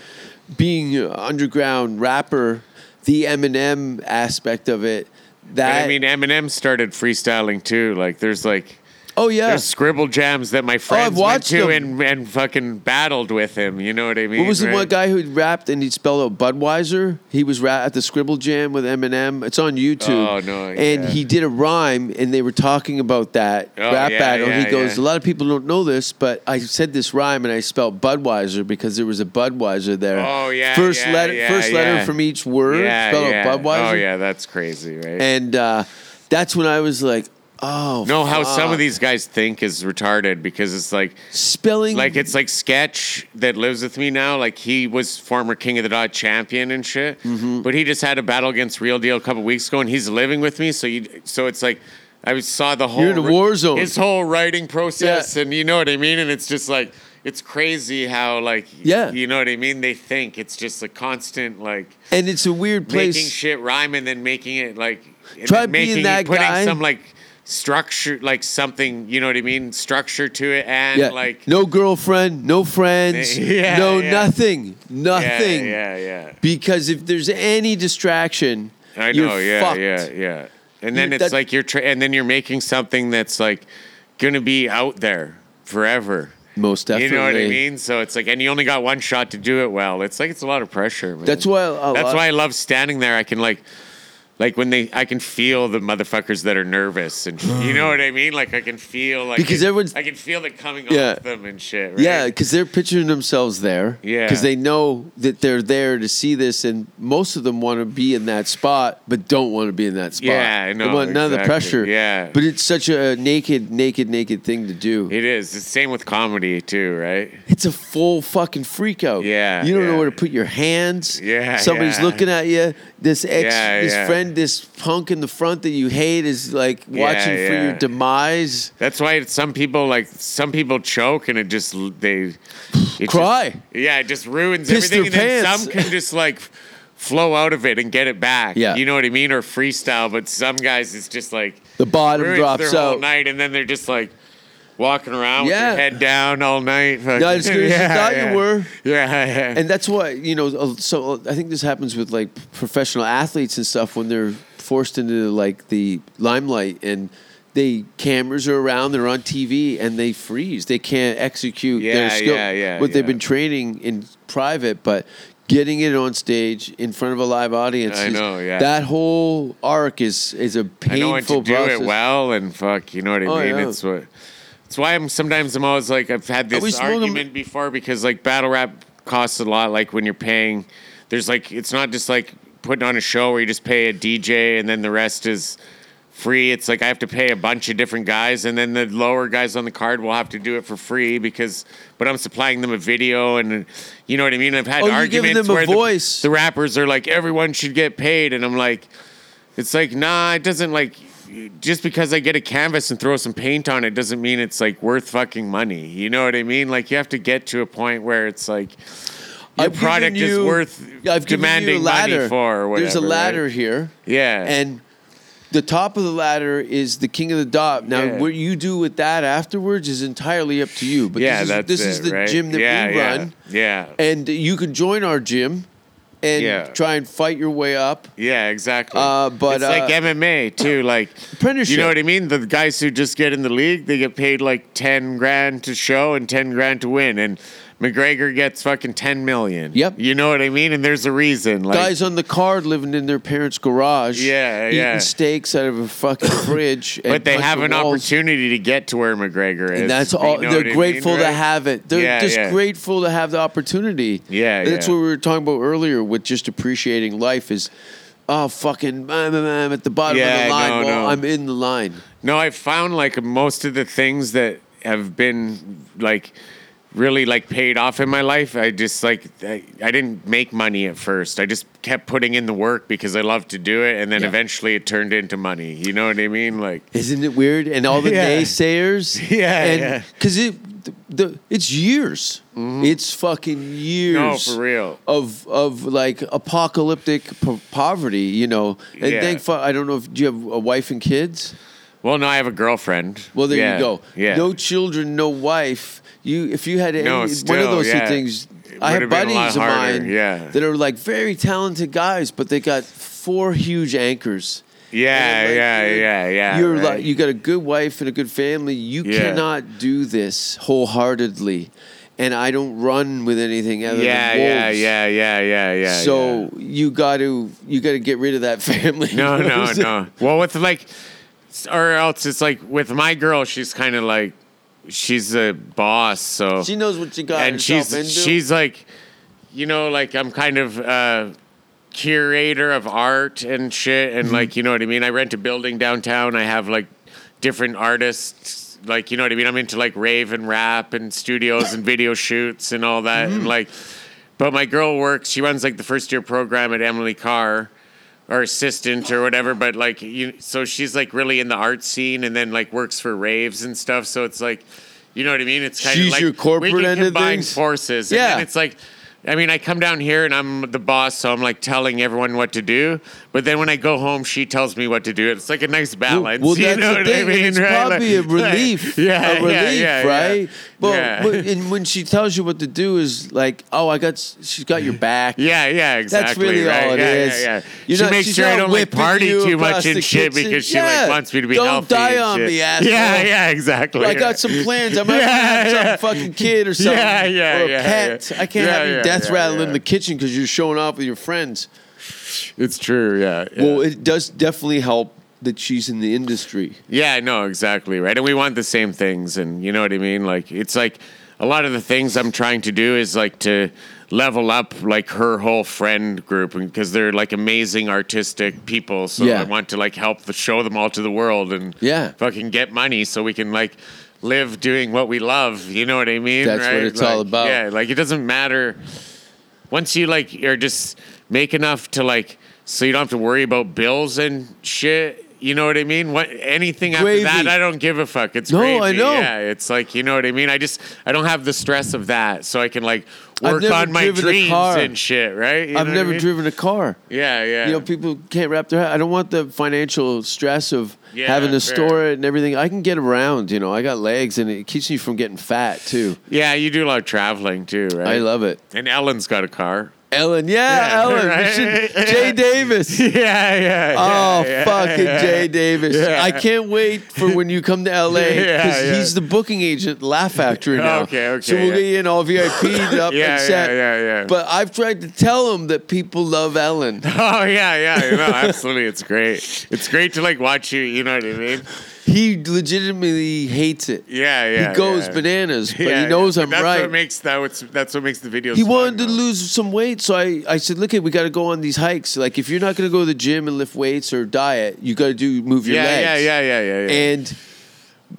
E: Being an underground rapper, the Eminem aspect of it.
F: But
E: That
F: I mean, Eminem started freestyling too. Like, there's like
E: oh yeah. Oh,
F: there's scribble jams that my friends went
E: watched
F: to
E: them.
F: and, and fucking battled with him. You know what I mean?
E: What was the
F: right?
E: one guy who rapped and he spelled out Budweiser? He was ra- at the Scribble Jam with Eminem. It's on YouTube.
F: Oh, no,
E: And
F: yeah.
E: he did a rhyme, and they were talking about that
F: Oh,
E: rap
F: yeah,
E: battle. and
F: yeah,
E: he goes,
F: yeah.
E: "A lot of people don't know this, but I said this rhyme and I spelled Budweiser because there was a Budweiser there.
F: Oh, yeah,
E: First
F: yeah,
E: letter,
F: yeah,
E: first letter
F: yeah.
E: from each word.
F: Yeah,
E: spelled
F: yeah.
E: out Budweiser.
F: Oh yeah, that's crazy, right?
E: And uh, that's when I was like, "Oh,
F: no, how some
E: fuck.
F: of these guys think is retarded because it's like
E: spelling
F: like it's like sketch that lives with me now like he was former king of the dot champion and shit
E: Mm-hmm.
F: but he just had a battle against real deal a couple weeks ago and he's living with me so you so it's like i was- saw the whole
E: in a war zone.
F: his whole writing process and you know what i mean and it's just like it's crazy how like
E: Yeah.
F: you know what i mean they think it's just a constant like
E: and it's a weird place."
F: making shit rhyme and then making it like and
E: Try
F: then
E: being
F: making
E: that
F: putting
E: guy.
F: some like structure like something you know what i mean structure to it and
E: Yeah.
F: like
E: no girlfriend, no friends,
F: Yeah,
E: no
F: yeah.
E: nothing, nothing.
F: Yeah, yeah,
E: Because if there's any distraction,
F: yeah. I
E: you're
F: know. Yeah,
E: fucked.
F: yeah, yeah. And then
E: You-
F: it's
E: that-
F: like you're, tra- and then you're making something that's like gonna be out there forever.
E: Most definitely.
F: You know what I mean? So it's like, and you only got one shot to do it well. It's like it's a lot of pressure. Man.
E: That's why. A
F: That's
E: lot-
F: why I love standing there. I can like, like when they, I can feel the motherfuckers that are nervous, and you know what I mean. Like I can feel like
E: Because
F: it-
E: everyone's-
F: I can feel it coming
E: Yeah.
F: off them and shit. Right?
E: Yeah, because they're picturing themselves there.
F: Yeah.
E: Because they know that they're there to see this, and most of them want to be in that spot, but don't want to be in that spot.
F: Yeah, I
E: They
F: know,
E: want none of the
F: exactly.
E: pressure.
F: Yeah.
E: But it's such a naked, naked, naked thing to do.
F: it is. It's the same with comedy too, right?
E: It's a full fucking freak out.
F: Yeah,
E: You don't know
F: yeah.
E: where to put your hands.
F: Yeah,
E: Somebody's
F: yeah.
E: looking at you. This ex
F: Yeah,
E: this
F: yeah.
E: friend, this punk in the front that you hate is like watching for
F: yeah.
E: your demise.
F: That's why it's- some people like some people choke and it just they it
E: Cry.
F: just- yeah, it just ruins
E: Piss
F: everything.
E: their
F: and
E: pants.
F: then some can just like flow out of it and get it back.
E: Yeah.
F: you know what I mean, or freestyle. But some guys, it's just like
E: The bottom
F: ruins
E: drops
F: their whole
E: out.
F: night, and then they're just like walking around
E: Yeah.
F: with their head down all night. No,
E: Not as good as you thought you were.
F: Yeah, yeah.
E: And that's why you know. uh, So I think this happens with like professional athletes and stuff when they're forced into like the limelight and they cameras are around, they're on TV, and they freeze. They can't execute their
F: Yeah,
E: skill.
F: yeah, yeah,
E: what they've
F: yeah.
E: been training in private, but getting it on stage in front of a live audience.
F: I
E: is-
F: know, yeah.
E: That whole arc is is a
F: I know when
E: painful
F: to do
E: process.
F: it well and fuck, you know what I
E: Oh,
F: mean?
E: yeah.
F: It's what it's why I'm sometimes I'm always like I've had
E: we
F: this
E: spoke ab-
F: argument before because like battle rap costs a lot, like when you're paying there's like it's not just like putting on a show where you just pay a DJ and then the rest is free. It's like I have to pay a bunch of different guys, and then the lower guys on the card will have to do it for free because. But I'm supplying them a video, and you know what I mean. I've had
E: Oh, you're
F: arguments
E: giving them a
F: where the-
E: voice.
F: The, rappers are like, everyone should get paid, and I'm like, it's like nah, it doesn't like. Just because I get a canvas and throw some paint on it doesn't mean it's like worth fucking money. You know what I mean? Like you have to get to a point where it's like your
E: I've given
F: product is
E: you-
F: worth
E: I've given you a
F: demanding money
E: ladder.
F: for. Or whatever,
E: There's a
F: right?
E: ladder here.
F: Yeah.
E: And the top of the ladder is the king of the dot. Now,
F: Yeah.
E: what you do with that afterwards is entirely up to you. But
F: yeah,
E: this is,
F: that's
E: this
F: it,
E: is the
F: right?
E: gym that
F: yeah,
E: we
F: yeah,
E: run,
F: Yeah.
E: and you can join our gym and
F: Yeah.
E: try and fight your way up.
F: Yeah, exactly.
E: Uh, but,
F: it's like
E: uh,
F: MMA too, like
E: Apprenticeship.
F: You know what I mean? The guys who just get in the league, they get paid like ten grand to show and ten grand to win, and McGregor gets fucking ten million.
E: Yep.
F: You know what I mean? And there's a reason. Like,
E: Guys on the card living in their parents' garage,
F: Yeah,
E: eating
F: yeah.
E: steaks out of a fucking fridge. and
F: but they
E: punching
F: have an
E: walls.
F: opportunity to get to where McGregor is.
E: And that's
F: You
E: all.
F: know what I
E: They're
F: mean,
E: grateful to
F: right?
E: have it. They're
F: Yeah,
E: just
F: yeah.
E: grateful to have the opportunity.
F: Yeah,
E: that's
F: yeah.
E: what we were talking about earlier with just appreciating life. Is oh fucking, I'm, I'm- I'm at the bottom of
F: Yeah,
E: the line.
F: no,
E: well,
F: no.
E: I'm in the line.
F: No, I found like most of the things that have been like really like paid off in my life. I just like I, I didn't make money at first. I just kept putting in the work because I loved to do it, and then
E: Yeah.
F: eventually it turned into money. You know what I mean? Like
E: Isn't it weird? And all the
F: Yeah.
E: naysayers.
F: Yeah, yeah. Mm-hmm.
E: and because it, the, the it's years. It's fucking years.
F: for real.
E: Of of like apocalyptic po- poverty, you know. And
F: Yeah.
E: thank fu- I don't know if do you have a wife and kids.
F: well, no, I have a girlfriend.
E: Well, there
F: Yeah,
E: you go.
F: Yeah.
E: No children, no wife. You, if you had any,
F: No,
E: one of
F: still,
E: those
F: yeah.
E: two things,
F: It
E: I have
F: would've been a
E: buddies
F: lot
E: of
F: harder,
E: mine
F: yeah.
E: that are like very talented guys, but they got four huge anchors.
F: yeah,
E: And I'm like,
F: yeah,
E: dude,
F: yeah, yeah.
E: You're
F: right.
E: like, you got a good wife and a good family. You
F: Yeah.
E: cannot do this wholeheartedly, and I don't run with anything other
F: yeah,
E: than
F: yeah,
E: wolves.
F: yeah, yeah, yeah, yeah. yeah.
E: So you got to you got to get rid of that family.
F: No,
E: You know what
F: no,
E: I'm saying?
F: no. Well, with like, or else it's like with my girl, she's kind of like, she's a boss, so
E: She knows what she got
F: and
E: herself
F: she's
E: into.
F: she's like, you know, like I'm kind of uh, curator of art and shit, and
E: Mm-hmm.
F: like you know what I mean. I rent a building downtown. I have like different artists, like you know what I mean. I'm into like rave and rap and studios and video shoots and all that,
E: Mm-hmm.
F: and like. But my girl works. She runs like the first year program at Emily Carr, or assistant or whatever. But like you, so she's like really in the art scene, and then like works for raves and stuff. So it's like, you know what I mean? It's kind
E: She's
F: of like
E: your corporate
F: we can
E: end of
F: combine
E: things?
F: forces.
E: Yeah.
F: and then it's like. I mean, I come down here and I'm the boss, so I'm like telling everyone what to do. But then when I go home, she tells me what to do. It's like a nice balance.
E: Well,
F: you
E: that's
F: know
E: the
F: what
E: thing.
F: I
E: and
F: mean?
E: it's
F: right? Like-
E: probably a
F: like-
E: relief.
F: yeah,
E: a relief,
F: yeah, yeah, yeah.
E: right? But,
F: yeah.
E: but- and when she tells you what to do, is like, oh, I got, s- she's got your back.
F: Yeah, yeah, exactly.
E: really
F: right?
E: all it
F: yeah,
E: is.
F: Yeah, yeah.
E: You're
F: she
E: not-
F: makes
E: she's
F: sure I
E: not
F: don't like
E: whipping
F: party
E: you
F: too
E: across
F: much
E: the
F: and shit
E: kitchen.
F: because she
E: Yeah.
F: like wants me to be
E: Don't
F: healthy.
E: die
F: and
E: on
F: shit.
E: me, asshole.
F: Yeah, yeah, exactly.
E: I got some plans. I might
F: Yeah,
E: have some
F: yeah.
E: fucking kid or something.
F: Yeah, yeah,
E: or a
F: yeah,
E: pet.
F: yeah.
E: I can't
F: Yeah,
E: have you
F: yeah,
E: death
F: yeah,
E: rattle in
F: yeah.
E: the kitchen because you're showing off with your friends.
F: It's true. Yeah. yeah.
E: Well, it does definitely help that she's in the industry.
F: Yeah, no, exactly right. And we want the same things, and you know what I mean. Like it's like a lot of the things I'm trying to do is like to level up like her whole friend group because they're like amazing artistic people. So
E: Yeah.
F: I want to like help the, show them all to the world and
E: Yeah.
F: fucking get money so we can like live doing what we love. You know what I mean?
E: That's what
F: right?
E: it's all
F: Like,
E: about.
F: Yeah, like it doesn't matter once you like are just make enough to like so you don't have to worry about bills and shit. You know what I mean? What anything
E: Gravy.
F: after that, I don't give a fuck. It's
E: No,
F: gravy.
E: I know.
F: Yeah, it's like you know what I mean. I just I don't have the stress of that, so I can like
E: I've
F: work
E: never
F: on my
E: driven a
F: dreams
E: car.
F: and shit. Right? You know
E: I've
F: what I
E: never
F: mean?
E: driven a car.
F: Yeah, yeah.
E: You know, people can't wrap their head. I don't want the financial stress of
F: Yeah,
E: having to
F: fair.
E: store it and everything. I can get around, you know. I got legs and it keeps me from getting fat too.
F: yeah, you do a lot of traveling too, right?
E: I love it.
F: And Ellen's got a car.
E: Ellen, yeah,
F: Yeah,
E: Ellen. we
F: right?
E: should- Jay Davis.
F: yeah, yeah.
E: Oh,
F: yeah,
E: fucking
F: yeah.
E: Jay Davis.
F: Yeah.
E: I can't wait for when you come to LA because
F: Yeah, yeah.
E: he's the booking agent at Laugh Factory now.
F: Okay, okay,
E: So we'll
F: yeah.
E: get you in all VIP'd up
F: Yeah,
E: and
F: yeah,
E: set.
F: yeah, yeah.
E: But I've tried to tell him that people love Ellen.
F: Oh yeah, yeah, no, absolutely. It's great. It's great to like watch you. You know what I mean?
E: He legitimately hates it.
F: Yeah, yeah.
E: he goes
F: yeah.
E: bananas, but
F: Yeah,
E: he knows
F: yeah,
E: I'm
F: that's
E: right.
F: What makes that what's, that's what makes the video.
E: he wanted to lose some weight, so I, I said, "Look, we got to go on these hikes. Like, if you're not going to go to the gym and lift weights or diet, you got to do move your
F: Yeah,
E: legs."
F: yeah, yeah, yeah, yeah, yeah.
E: And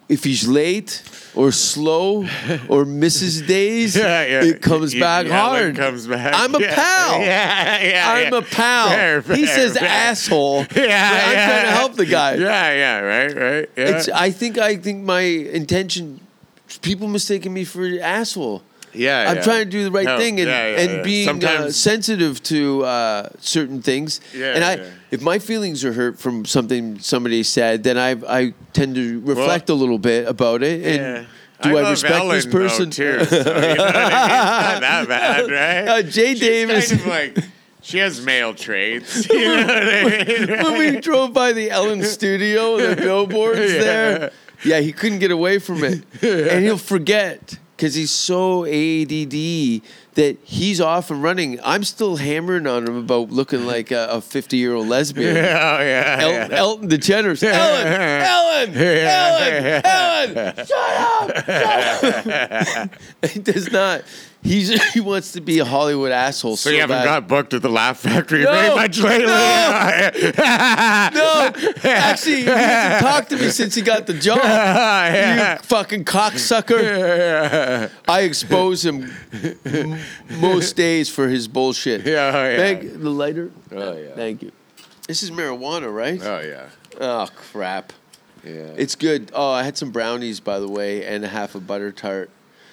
E: if he's late or slow or misses days,
F: yeah, yeah.
E: it comes
F: Yeah,
E: back
F: yeah,
E: hard.
F: It comes back.
E: I'm a
F: yeah.
E: pal.
F: Yeah, yeah.
E: I'm
F: yeah.
E: a pal.
F: Fair,
E: he
F: fair,
E: says
F: fair.
E: asshole.
F: Yeah,
E: but I'm
F: yeah.
E: trying to help the guy.
F: Yeah, yeah, right, right. Yeah.
E: It's, I think I think my intention people mistaking me for an asshole.
F: yeah,
E: I'm
F: yeah.
E: trying to do the right
F: No,
E: thing and,
F: yeah, yeah,
E: and
F: yeah.
E: being uh,
F: Sometimes-
E: sensitive to uh, certain things.
F: Yeah,
E: and I,
F: yeah.
E: if my feelings are hurt from something somebody said, then I I tend to reflect a little bit about it.
F: Yeah.
E: And do I,
F: love
E: respect this
F: Ellen, though,
E: person?
F: too, so, you know what I mean? It's not that bad, right?
E: Uh, Jay
F: She's
E: Davis.
F: Kind of like, she has male traits. You know what I mean?
E: when we drove by the Ellen studio, the billboards
F: Yeah.
E: there. Yeah, he couldn't get away from it. And he'll forget because he's so ADD that he's off and running. I'm still hammering on him about looking like a 50 year old lesbian.
F: Oh, yeah.
E: El-
F: yeah.
E: Elton DeGeneres. Ellen, Ellen, Ellen, Ellen, shut up, shut up. he does not. He's, he wants to be a Hollywood asshole.
F: So, you haven't
E: bad.
F: got booked at the Laugh Factory
E: No.
F: very much lately.
E: No. No, actually, he hasn't talked to me since he got the job.
F: yeah.
E: You fucking cocksucker.
F: yeah.
E: I expose him m- most days for his bullshit.
F: Yeah, oh, yeah.
E: Thank the lighter.
F: Oh, yeah.
E: Thank you. This is marijuana, right?
F: Oh, yeah.
E: Oh crap.
F: Yeah.
E: It's good. Oh, I had some brownies by the way and a half a butter tart.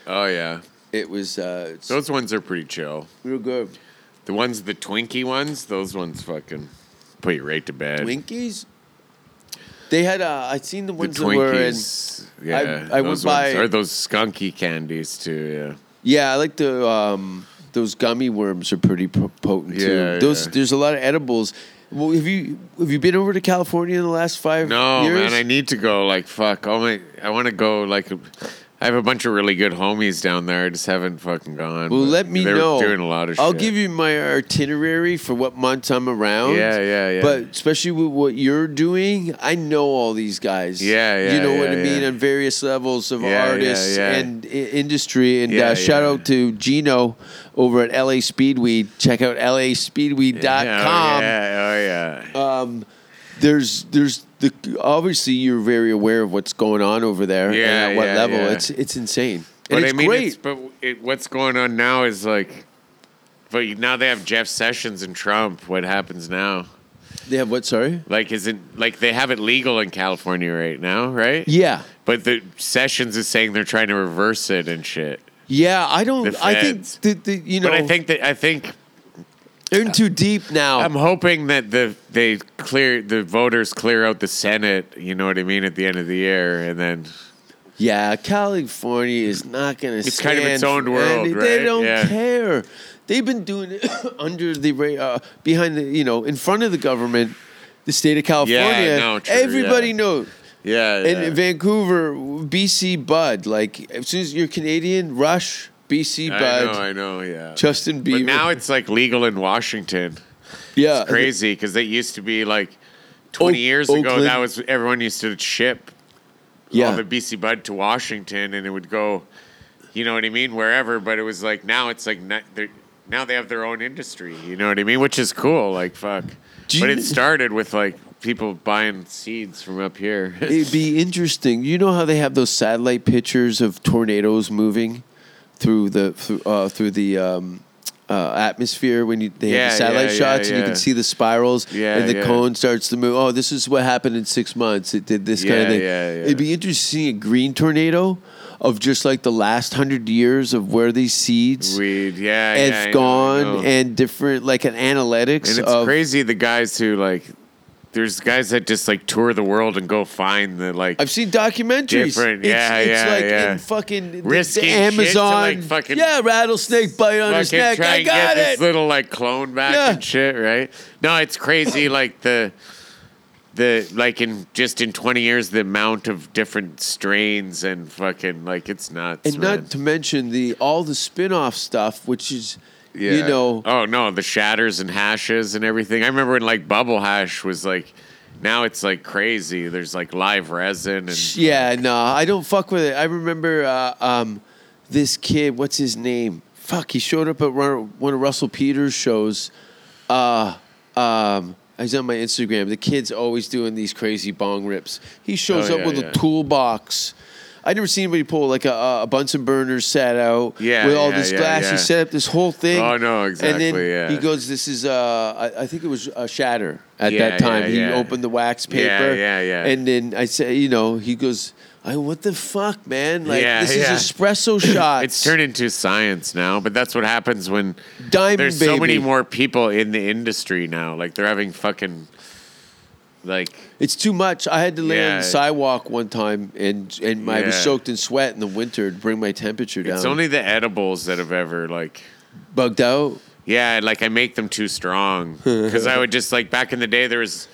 F: oh, yeah.
E: It was uh it's
F: Those ones are pretty chill.
E: real good.
F: The ones, the Twinkie ones, those ones fucking put you right to bed.
E: Twinkies? They had uh I'd seen the
F: the
E: ones that were in
F: Twinkies. yeah,
E: I
F: those
E: would buy-
F: ones. Or those skunky candies, too,
E: Yeah, I like the um, those gummy worms are pretty po- potent too.
F: Yeah,
E: those
F: yeah.
E: there's a lot of edibles. Well, have you have you been over to California in the last
F: yeah.
E: five?
F: No,
E: years?
F: man, I need to go. Like, fuck. Oh, my. I want to go, like, I have a bunch of really good homies down there. I just haven't fucking gone.
E: Well,
F: but
E: let me
F: they're
E: know.
F: doing a lot of
E: I'll
F: shit.
E: give you my itinerary for what months I'm around.
F: Yeah, yeah, yeah.
E: But especially with what you're doing, I know all these guys.
F: Yeah, yeah,
E: You know what
F: yeah,
E: I mean
F: yeah.
E: on various levels of
F: Yeah, yeah,
E: artists
F: yeah.
E: and I- industry. And
F: Yeah,
E: uh, shout
F: yeah.
E: out to Gino over at LA Speedweed. Check out laspeedweed.com.
F: Yeah, Oh, yeah. Oh, yeah.
E: um, there's there's the obviously you're very aware of what's going on over there
F: Yeah,
E: and at what
F: yeah,
E: level
F: yeah.
E: it's it's insane and
F: but
E: it's
F: I mean,
E: great
F: It's, but it, what's going on now is like, but now they have Jeff Sessions and Trump. What happens now?
E: they have what sorry
F: Like, isn't like they have it legal in California right now, right?
E: yeah
F: But the Sessions is saying they're trying to reverse it and shit.
E: yeah I don't
F: The
E: I think
F: feds.
E: that the, you know
F: but I think um, that I think
E: they're in too deep now
F: I'm hoping that the they clear the voters clear out the Senate. You know what I mean at the end of the year, and then
E: yeah California is not gonna
F: It's kind of its
E: stand
F: own
E: for
F: world,
E: any-
F: right?
E: they don't
F: Yeah.
E: care they've been doing it under the ra- uh, behind the you know in front of the government the state of California
F: no, true,
E: everybody
F: yeah.
E: knows
F: yeah,
E: And in Vancouver, BC Bud. Like as soon as you're Canadian, Rush, BC
F: I
E: Bud,
F: know, I know, yeah.
E: Justin
F: but
E: Bieber. Uh,
F: now it's like legal in Washington.
E: yeah,
F: crazy because they used to be like 20
E: Oak-
F: years ago
E: Oakland.
F: that was everyone used to ship all
E: Yeah,
F: the bc bud to washington and it would go you know what i mean wherever but it was like now it's like not, they're- now they have their own industry you know what i mean which is cool like fuck
E: Do
F: but
E: you-
F: it started with like people buying seeds from up here
E: it'd be interesting. You know how they have those satellite pictures of tornadoes moving through the through, uh, through the. Um, uh, atmosphere when you they have
F: Yeah,
E: the satellite
F: yeah,
E: shots
F: yeah,
E: and you
F: yeah.
E: can see the spirals
F: Yeah,
E: and the
F: yeah.
E: cone starts to move. Oh, this is what happened in six months. It did this kind of
F: Yeah,
E: thing.
F: yeah, yeah.
E: It'd be interesting to see a green tornado of just like the last hundred years of where these seeds
F: weed yeah
E: and
F: yeah, I know, I
E: gone
F: know.
E: and different like an analytics
F: And it's
E: of
F: crazy the guys who like there's guys that just like tour the world and go find the like
E: I've seen documentaries.
F: Different, yeah,
E: it's, it's
F: yeah,
E: like
F: yeah.
E: in fucking the-
F: Risking
E: the
F: shit to,
E: Amazon.
F: like, fucking-
E: yeah, rattlesnake bite on his
F: fucking
E: neck.
F: try
E: I
F: and
E: got
F: get
E: it.
F: this little like clone back
E: Yeah.
F: and shit, right? No, it's crazy. like the the like in just in twenty years, the amount of different strains and fucking like it's nuts.
E: and
F: man.
E: not to mention the all the spin-off stuff, which is you
F: Yeah.
E: know
F: oh no, the shatters and hashes and everything. I remember when like bubble hash was like. Now it's like crazy. There's like live resin and
E: Yeah, no, I don't fuck with it. I remember uh, um, this kid. What's his name? Fuck, he showed up at one one of Russell Peters' shows. Uh, um, he's on my Instagram. The kid's always doing these crazy bong rips. He shows
F: Oh,
E: up
F: yeah,
E: with
F: yeah.
E: a toolbox. I never seen anybody pull like a, a Bunsen burner set out
F: Yeah,
E: with all
F: yeah,
E: this
F: yeah,
E: glass.
F: yeah.
E: He set up this whole thing.
F: Oh, no,
E: And
F: exactly,
E: then
F: yeah.
E: he goes, "This is uh, I, I think it was uh, Shatter at
F: Yeah,
E: that time.
F: yeah,
E: he
F: yeah.
E: opened the wax
F: Yeah,
E: paper.
F: yeah, yeah.
E: And then I say, you know, he goes, I what the fuck, man? Like
F: Yeah,
E: this
F: yeah.
E: is espresso shots.
F: It's turned into science now, but that's what happens when
E: Diamond
F: there's so
E: baby.
F: many more people in the industry now. Like they're having fucking like
E: It's too much. I had to lay on
F: Yeah.
E: the sidewalk one time, and and I was
F: Yeah.
E: soaked in sweat in the winter to bring my temperature down.
F: it's only the edibles that have ever like
E: bugged out.
F: yeah, like I make them too strong because I would just like back in the day there was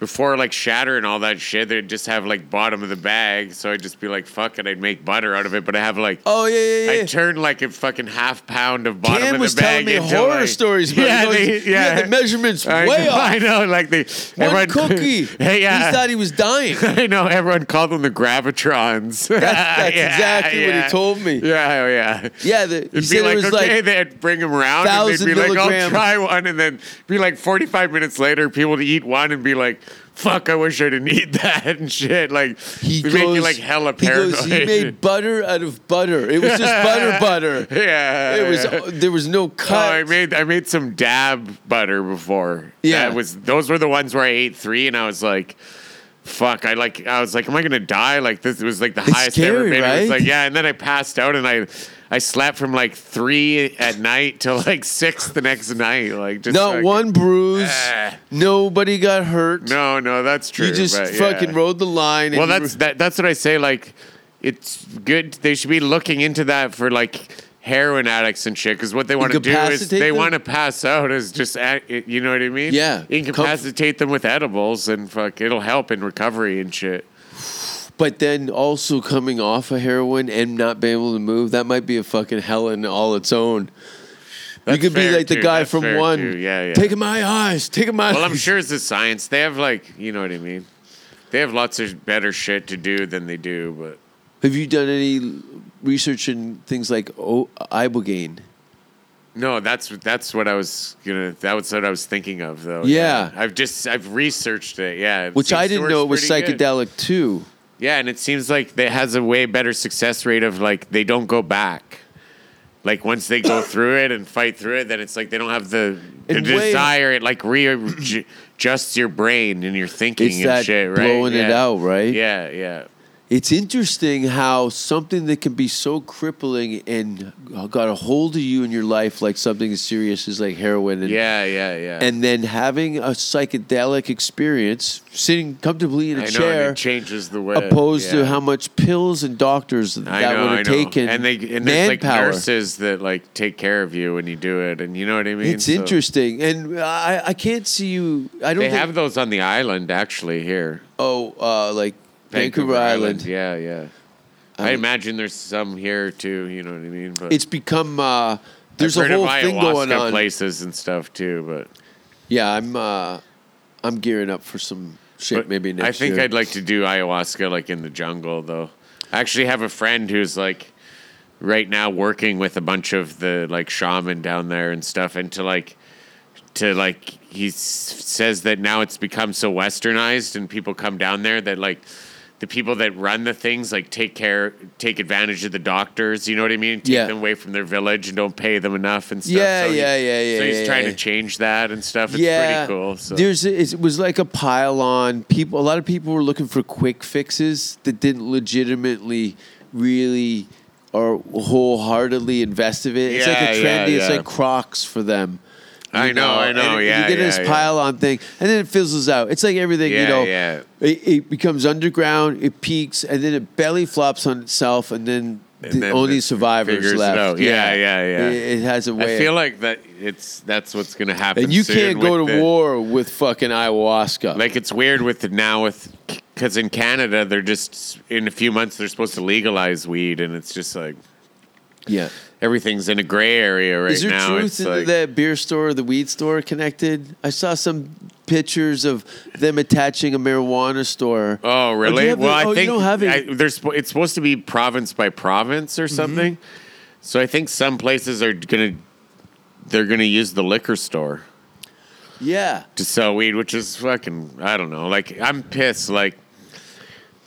F: before like shatter and all that shit they'd just have like bottom of the bag so I'd just be like fuck it I'd make butter out of it but I have like
E: Oh yeah, yeah, yeah.
F: I turned like a fucking half pound of bottom
E: Cam
F: of
E: was
F: the bag
E: telling me
F: into,
E: horror
F: like-
E: stories. Bro.
F: Yeah,
E: He goes,
F: they-
E: "You had
F: yeah.
E: the measurements
F: I
E: way
F: know,
E: off.
F: I know, like the
E: One cookie.
F: hey, yeah.
E: He thought he was dying.
F: I know everyone called them the gravitrons. That's,
E: that's exactly what he told me.
F: Yeah, oh, yeah.
E: Yeah, the, he
F: It'd
E: said
F: be like,
E: it was
F: okay,
E: like
F: they'd bring them around and
E: 1,000
F: they'd be like, I'll
E: milligram.
F: try one. And then be like 45 minutes later, people would eat one and be like, fuck, I wish I didn't eat that and shit. Like,
E: he
F: they
E: goes,
F: make you like hella
E: he
F: paranoid.
E: goes, he made butter out of butter. It was just butter, butter.
F: yeah.
E: It was uh,
F: yeah.
E: there was no
F: Oh,
E: cut.
F: I made I made some dab butter before.
E: Yeah.
F: that was those were the ones where I ate three, and I was like, "Fuck!" I like I was like, "Am I gonna die?" Like this it was like the highest I ever
E: scary,
F: made. It was
E: right?
F: like yeah, and then I passed out, and I I slept from like three at night till like six the next night. Like just
E: Not
F: like-
E: one bruise.
F: Ah.
E: Nobody got hurt.
F: No, no, that's true.
E: you just
F: but, yeah.
E: fucking rode the line. and
F: Well,
E: you
F: that's
E: were-
F: that, that's what I say. Like, it's good. They should be looking into that for like heroin addicts and shit. Because what they want to do is
E: Incapacitate
F: they
E: them?
F: want to pass out as just act, you know what I mean?
E: Yeah.
F: Incapacitate them with edibles and fuck, it'll help in recovery and shit.
E: but then also coming off of heroin and not being able to move, that might be a fucking hell in all its own.
F: That's
E: you could be
F: fair,
E: like the
F: too.
E: guy
F: That's
E: from
F: fair,
E: one.
F: too. Yeah, yeah.
E: Taking my eyes, taking my.
F: Well, I'm sure it's a science. They have like, you know what I mean? They have lots of better shit to do than they do, but
E: Have you done any research in things like o- ibogaine?
F: No, that's that's what I was gonna. That was what I was thinking of, though.
E: Yeah.
F: I've just I've researched it. Yeah, it
E: Which
F: seems
E: I
F: to
E: didn't
F: work
E: know it was
F: pretty good.
E: psychedelic too.
F: Yeah, and it seems like it has a way better success rate of like they don't go back. Like once they go through it and fight through it, then it's like they don't have the, the
E: And way-
F: desire. It like readjusts your brain and your thinking
E: It's
F: and
E: that
F: shit, right?
E: blowing it
F: Yeah.
E: out, right?
F: Yeah, yeah.
E: It's interesting how something that can be so crippling and got a hold of you in your life, like something as serious as like heroin, and,
F: Yeah, yeah, yeah.
E: and then having a psychedelic experience, sitting comfortably in a
F: I know, and
E: chair,
F: it changes the way
E: opposed
F: yeah.
E: to how much pills and doctors that would have taken
F: And they and there's like
E: manpower.
F: nurses that like take care of you when you do it, and you know what I mean.
E: it's
F: So-
E: interesting, and I, I can't see you. I don't
F: They
E: think,
F: have those on the island actually here,
E: oh, uh, like Vancouver, Island. Um,
F: Yeah, yeah. I imagine there's some here too. You know what I mean? But
E: It's become uh, there's
F: I've
E: a
F: heard of
E: whole thing
F: ayahuasca
E: going on.
F: places and stuff too. But,
E: Yeah, I'm uh I'm gearing up for some shit
F: but
E: maybe next
F: I think
E: year.
F: I'd like to do ayahuasca like in the jungle though. I actually have a friend who's like right now working with a bunch of the like shaman down there and stuff, and to like to like he s- says that now it's become so westernized and people come down there that like the people that run the things like take care take advantage of the doctors you know what i mean take
E: Yeah.
F: them away from their village and don't pay them enough and stuff
E: Yeah,
F: so
E: yeah, yeah, yeah,
F: so he's
E: yeah,
F: trying
E: yeah.
F: to change that and stuff it's pretty cool so
E: There's a, it was like a pile on people. A lot of people were looking for quick fixes that didn't legitimately really or wholeheartedly invest in it. It's like a
F: Yeah,
E: trendy.
F: yeah,
E: It's
F: yeah.
E: like Crocs for them. you
F: I know, I know,
E: and
F: yeah,
E: you get
F: yeah,
E: this
F: yeah.
E: pile on thing, and then it fizzles out. It's like everything,
F: Yeah,
E: you know.
F: yeah.
E: It, it becomes underground. It peaks, and then it belly flops on itself, and then
F: And
E: the
F: then
E: only
F: it
E: survivors
F: figures it
E: left.
F: out. Yeah, yeah, yeah.
E: It, it has a way.
F: I
E: of-
F: feel like that it's that's what's gonna happen.
E: and you
F: soon
E: can't go
F: with
E: to
F: the-
E: war with fucking ayahuasca.
F: Like it's weird with the, now with because in Canada they're just in a few months they're supposed to legalize weed, and it's just like
E: Yeah.
F: everything's in a gray area right
E: Is there
F: now.
E: truth
F: It's
E: in
F: like-
E: that beer store, the weed store connected? I saw some pictures of them attaching a marijuana store.
F: Oh,
E: Or do you
F: really?
E: have
F: well,
E: the-
F: I
E: oh, you
F: think
E: don't have
F: I,
E: it. Mm-hmm.
F: there's sp- it's supposed to be province by province or something. So I think some places are gonna they're gonna use the liquor store
E: yeah.
F: to sell weed, which is fucking I don't know. Like I'm pissed. Like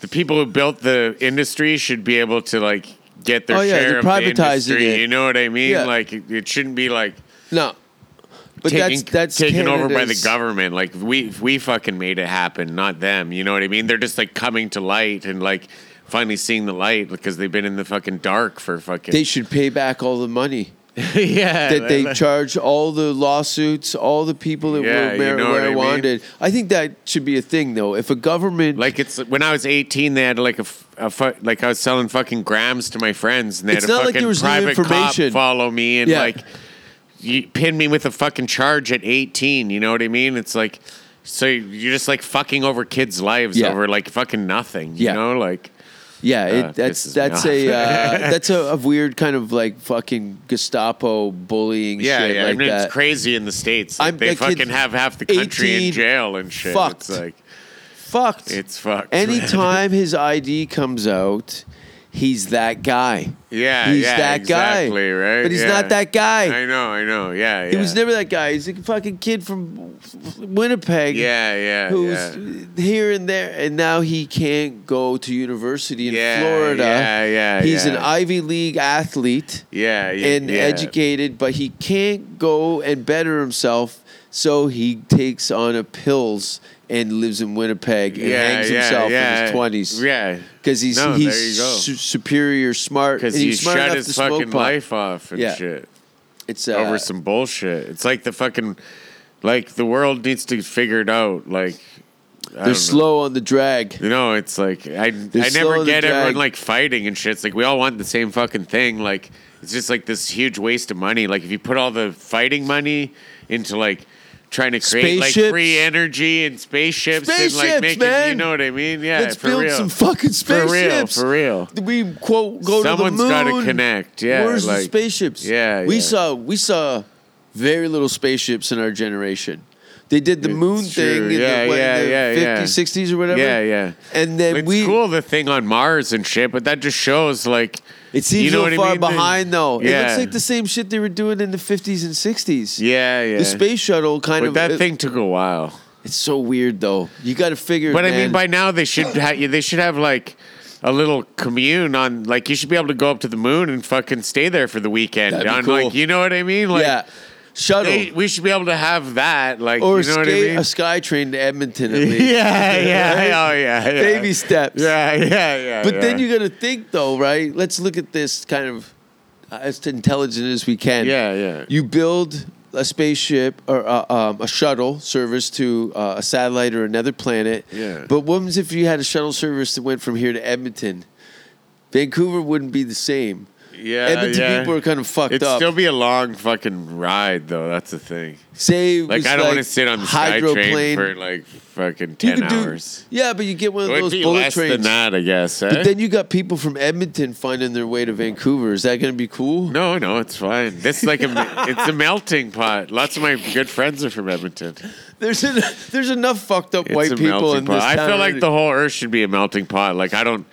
F: the people who built the industry should be able to like get their
E: Oh, yeah,
F: share
E: they're
F: of the
E: privatizing
F: industry.
E: it.
F: You know what I mean?
E: Yeah.
F: Like it, it shouldn't be like
E: No. But
F: taken,
E: that's that's
F: taken over by the
E: Canada's-
F: government. Like we we fucking made it happen, not them. You know what I mean? They're just like coming to light and like finally seeing the light because they've been in the fucking dark for fucking
E: They should pay back all the money
F: yeah
E: that they charge all the lawsuits, all the people that
F: Yeah,
E: were
F: you
E: mar-
F: know what I mean?
E: marijuana. I, think that should be a thing, though. If a government
F: like it's when I was eighteen, they had like a, f- a fu- like I was selling fucking grams to my friends, and they
E: It's
F: had a
E: not like
F: fucking
E: there was no
F: private cop
E: information.
F: follow me and
E: Yeah.
F: like you pinned me with a fucking charge at eighteen. You know what I mean? It's like so you're just like fucking over kids' lives
E: Yeah.
F: over like fucking nothing. You
E: Yeah.
F: know, like.
E: Yeah, it,
F: Uh,
E: that's
F: pisses me
E: that's
F: off.
E: a uh, that's a, a weird kind of like fucking Gestapo bullying
F: Yeah,
E: shit
F: yeah.
E: like
F: I mean,
E: that.
F: it's crazy in the states. Like,
E: I'm-
F: they
E: that kid's
F: fucking have half the country
E: 18
F: in jail and shit.
E: fucked.
F: It's like
E: Fucked.
F: it's fucked.
E: Anytime his ID comes out, he's that guy.
F: yeah,
E: he's
F: yeah,
E: that
F: exactly,
E: guy.
F: right?
E: But he's
F: Yeah.
E: not that guy.
F: I know, I know. Yeah, yeah.
E: He was never that guy. He's a fucking kid from Winnipeg.
F: Yeah, yeah,
E: Who's
F: yeah.
E: here and there, and now he can't go to university in
F: Yeah,
E: Florida.
F: yeah, yeah,
E: He's
F: yeah.
E: an Ivy League athlete.
F: yeah, yeah,
E: and
F: yeah.
E: educated, but he can't go and better himself, so he takes on a pills and lives in Winnipeg and hangs himself in his twenties.
F: Yeah,
E: Because he's
F: No,
E: he's
F: there you go.
E: su- superior, smart, and
F: because
E: he's
F: he
E: smart
F: shut
E: enough
F: his
E: to smoke
F: fucking
E: pot.
F: life off and
E: Yeah.
F: shit.
E: It's uh,
F: over some bullshit. It's like the fucking, like the world needs to figure it out. Like I
E: they're
F: don't know.
E: slow on the drag.
F: You know, it's like I I
E: slow
F: never
E: to
F: get
E: drag.
F: everyone like fighting and shit. It's like we all want the same fucking thing. Like it's just like this huge waste of money. Like if you put all the fighting money into like trying to create
E: Spaceships.
F: like free energy and spaceships, and
E: Spaceships,
F: like making you
E: man.
F: know what I mean? Yeah,
E: Let's
F: for
E: build
F: real.
E: some fucking
F: for real,
E: spaceships.
F: for real.
E: We quote go to
F: Someone's
E: the moon.
F: gotta connect. Yeah,
E: where's the
F: like-
E: spaceships?
F: Yeah,
E: we
F: yeah.
E: saw we saw very little spaceships in our generation. They did the moon
F: It's
E: thing
F: true.
E: in
F: Yeah,
E: the, what,
F: yeah,
E: in the
F: yeah,
E: 50s,
F: yeah.
E: 60s or whatever.
F: Yeah, yeah.
E: And then
F: it's
E: we
F: cool the thing on Mars and shit, but that just shows like
E: it seems
F: you know
E: so
F: what I
E: far
F: mean?
E: behind though. It
F: Yeah.
E: looks like the same shit they were doing in the 50s and 60s.
F: Yeah, yeah.
E: The space shuttle kind
F: but
E: of
F: that
E: it-
F: thing took a while.
E: It's so weird though. You got to figure.
F: But I
E: man.
F: mean, by now they should ha- they should have like a little commune on like you should be able to go up to the moon and fucking stay there for the weekend.
E: That'd be
F: on,
E: cool.
F: Like you know what I mean? Like
E: yeah, shuttle
F: they, we should be able to have that. Like
E: or
F: you know
E: skate-
F: what I mean?
E: a sky train to Edmonton at least.
F: yeah, yeah, yeah, oh yeah, yeah.
E: Baby steps.
F: Yeah, yeah, yeah.
E: But then
F: yeah.
E: you got to think, though, right? Let's look at this kind of uh, as intelligent as we can.
F: Yeah, yeah.
E: You build a spaceship or uh, um, a shuttle service to uh, a satellite or another planet.
F: Yeah.
E: But what happens if you had a shuttle service that went from here to Edmonton? Vancouver wouldn't be the same.
F: yeah,
E: Edmonton
F: yeah.
E: people are kind of fucked
F: It'd
E: up.
F: still be a long fucking ride though. That's the thing.
E: Say it
F: Like
E: was
F: I don't
E: like
F: want to sit on the sky train for like fucking
E: You
F: ten
E: could do-
F: hours.
E: yeah, but you get one of
F: It would
E: those
F: be
E: bullet
F: less than
E: trains.
F: that, I guess. eh?
E: But then you got people from Edmonton finding their way to Vancouver. Is that going to be cool?
F: No, no, it's fine. This is like a it's a melting pot. Lots of my good friends are from Edmonton.
E: There's en- there's enough fucked up
F: It's
E: white
F: a
E: people
F: melting
E: in
F: pot.
E: this
F: I
E: town.
F: feel like the whole earth should be a melting pot. Like I don't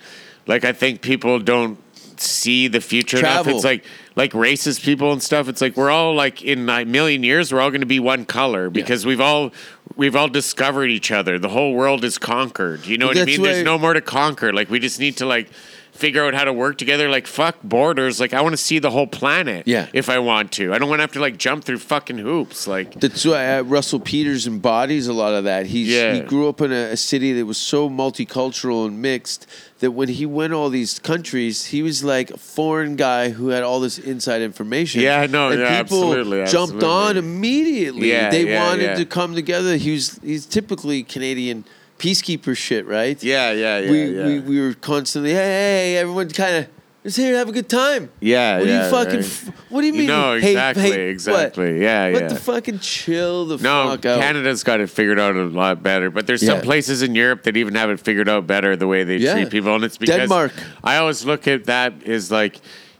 F: like I think people don't see the future
E: Travel.
F: enough. It's like like racist people and stuff. It's like we're all like in a million years we're all going to be one color because we've all we've all discovered each other. The whole world is conquered. You know what I
E: That's
F: mean?
E: why-
F: There's no more to conquer. Like we just need to like figure out how to work together like fuck borders like i want to see the whole planet
E: Yeah.
F: if i want to i don't want to have to like jump through fucking hoops like
E: That's why uh, Russell Peters embodies a lot of that. He's, He
F: Yeah.
E: grew up in a, a city that was so multicultural and mixed that when he went all these countries, he was like a foreign guy who had all this inside information.
F: Yeah, no,
E: and
F: yeah,
E: people
F: absolutely,
E: jumped
F: absolutely.
E: on immediately.
F: Yeah,
E: they
F: yeah,
E: wanted
F: yeah.
E: to come together. He was he's typically Canadian peacekeeper shit, right?
F: yeah yeah yeah
E: we,
F: yeah
E: we we were constantly hey, hey everyone kind of just here to have a good time.
F: Yeah,
E: What
F: yeah,
E: do you fucking?
F: right.
E: F- what do you
F: You
E: mean?
F: know,
E: hate-
F: exactly,
E: hate what?
F: exactly. Yeah,
E: What
F: yeah.
E: the fucking chill the
F: No,
E: fuck out.
F: Canada's got it figured out a lot better. But there's
E: Yeah.
F: some places in Europe that even have it figured out better the way they
E: Yeah.
F: treat people, and it's because
E: Denmark.
F: I always look at that as like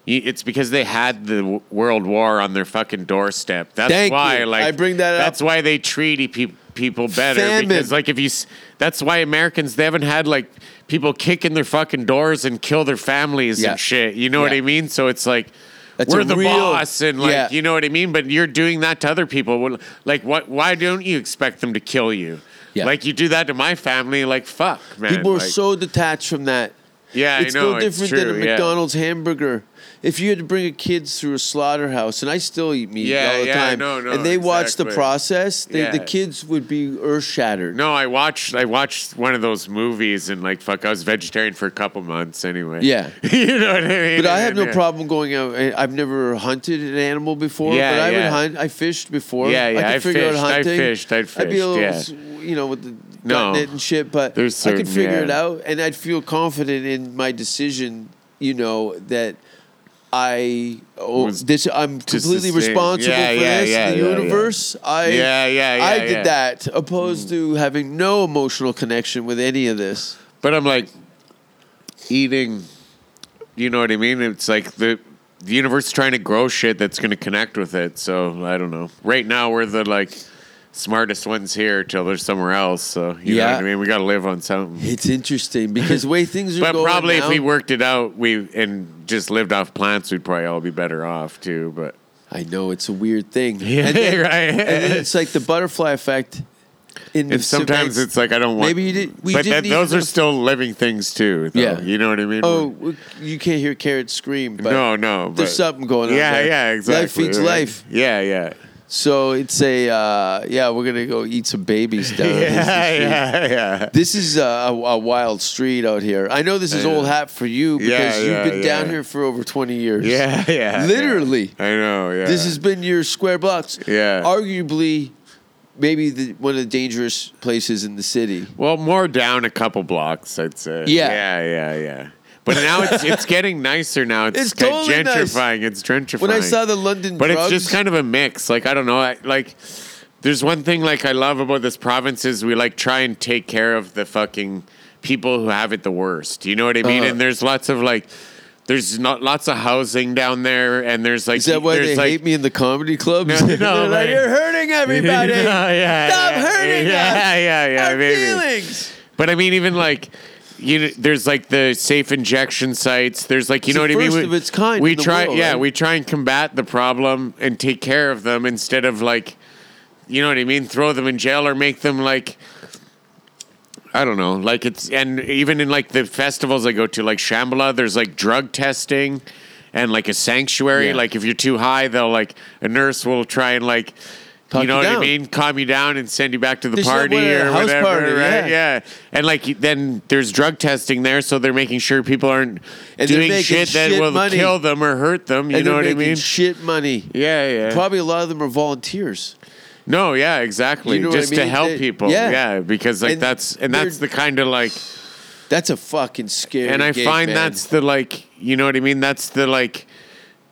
F: y- it's because they had the w- World War on their fucking doorstep. That's
E: Thank
F: why,
E: you.
F: like,
E: I bring that up.
F: That's why they treat pe- people better
E: Famine.
F: because, like, if you, s- that's why Americans they haven't had like people kick in their fucking doors and kill their families
E: Yeah.
F: and shit. You know what
E: Yeah.
F: I mean? So it's like.
E: That's
F: We're
E: a
F: the
E: real-
F: boss, and like
E: Yeah.
F: you know what I mean. But you're doing that to other people. Well, Like, what? Why don't you expect them to kill you?
E: Yeah.
F: Like you do that to my family. Like, fuck, man.
E: People are
F: Like-
E: so detached from that.
F: Yeah,
E: it's
F: I know.
E: no different
F: it's true,
E: than a
F: yeah.
E: McDonald's hamburger. If you had to bring a kid through a slaughterhouse, and I still eat meat
F: Yeah,
E: all the
F: yeah,
E: time,
F: no, no,
E: and they watch the
F: exactly.
E: process, they, the
F: Yeah.
E: kids would be earth shattered.
F: No, I watched I watched one of those movies and like fuck, I was vegetarian for a couple months anyway.
E: Yeah.
F: you know what I mean.
E: But I have
F: And,
E: no
F: yeah.
E: problem going out. I- I've never hunted an animal before,
F: Yeah,
E: but I would
F: yeah.
E: hunt. I fished before.
F: Yeah, yeah,
E: I could
F: I
E: figure
F: fished,
E: out
F: I
E: hunting.
F: fished, I'd
E: I'd be a
F: fished,
E: little,
F: yeah.
E: s- you know, with the
F: No.
E: gutting it and shit, but
F: There's
E: I
F: certain-
E: could figure
F: yeah.
E: it out, and I'd feel confident in my decision. You know that. I oh,
F: Was
E: this I'm completely
F: sustain-
E: responsible
F: Yeah,
E: for
F: yeah,
E: this.
F: yeah,
E: the
F: yeah, yeah.
E: universe, I
F: Yeah, yeah, yeah,
E: I did
F: yeah. Mm.
E: that, opposed to having no emotional connection with any of this.
F: But I'm like eating you know what I mean? It's like the the universe is trying to grow shit that's gonna connect with it. So I don't know. Right now we're the like smartest ones here till there's somewhere else. So you know
E: Yeah.
F: what I mean? We gotta live on something.
E: It's interesting because the way things are
F: But
E: going
F: probably if
E: now-
F: we worked it out, we and just lived off plants, we'd probably all be better off too. But
E: I know it's a weird thing.
F: Yeah,
E: and then,
F: right.
E: and then it's like the butterfly effect. In the
F: And sometimes
E: cement-
F: it's like I don't want.
E: Maybe you did- we
F: but
E: didn't
F: that, those
E: even-
F: are still living things too. Though,
E: Yeah.
F: you know what I mean.
E: oh, w- you can't hear carrots scream. But
F: no, no. But,
E: there's something going on.
F: Yeah,
E: there.
F: yeah, exactly.
E: Life feeds
F: right.
E: life.
F: Yeah, yeah,
E: So it's a uh, yeah. We're gonna go eat some babies down.
F: yeah,
E: this street.
F: yeah, yeah.
E: This is a, a, a wild street out here. I know this is
F: Yeah.
E: old hat for you because
F: Yeah,
E: you've
F: yeah,
E: been down
F: yeah.
E: here for over 20 years.
F: Yeah, yeah.
E: Literally.
F: yeah. I know. Yeah.
E: This has been your square blocks.
F: Yeah.
E: Arguably, maybe the, one of the dangerous places in the city.
F: well more down a couple blocks. I'd say.
E: Yeah.
F: yeah, yeah, yeah. But now it's it's getting nicer. Now it's,
E: It's
F: kind of
E: totally nice.
F: gentrifying. It's gentrifying.
E: When I saw the London
F: but
E: drugs,
F: it's just kind of a mix. Like I don't know. I, like there's one thing like I love about this province is we like try and take care of the fucking people who have it the worst. You know what I mean?
E: Uh-huh.
F: And there's lots of like there's not lots of housing down there, and there's like
E: Is that why
F: there's,
E: they
F: like,
E: hate me in the comedy clubs?
F: No, no,
E: They're like,
F: right.
E: you're hurting everybody.
F: yeah, yeah,
E: Stop
F: yeah,
E: hurting
F: yeah,
E: us.
F: Yeah, yeah, yeah.
E: Our
F: maybe.
E: feelings.
F: But I mean, even like. You know, there's like the safe injection sites. There's like you
E: It's
F: know
E: the
F: what I mean.
E: first
F: We-
E: of its kind
F: We
E: in the
F: try,
E: world,
F: yeah,
E: right?
F: we try and combat the problem and take care of them instead of like, you know what I mean, throw them in jail or make them like, I don't know, like it's and even in like the festivals I go to, like Shambhala, there's like drug testing and like a sanctuary.
E: Yeah.
F: Like if you're too high, they'll like a nurse will try and like.
E: Talk
F: you know
E: you
F: what I
E: down.
F: mean? Calm you down and send you back to the
E: Just like
F: party
E: when at a
F: or
E: house
F: whatever,
E: party,
F: right?
E: yeah.
F: Yeah, and like then there's drug testing there, so they're making sure people aren't
E: And they're
F: doing
E: making
F: shit that
E: shit
F: will
E: money.
F: kill them or hurt them. You
E: and
F: know
E: they're
F: what I
E: making
F: mean?
E: Shit money.
F: yeah, yeah.
E: Probably a lot of them are volunteers.
F: No, yeah, exactly.
E: You know what I
F: Just
E: mean?
F: to help
E: They-
F: people.
E: yeah.
F: Yeah. because like
E: And
F: that's and
E: they're-
F: that's the kind of like
E: That's a fucking scary.
F: and I
E: gig,
F: find
E: man.
F: that's the like you know what I mean. That's the like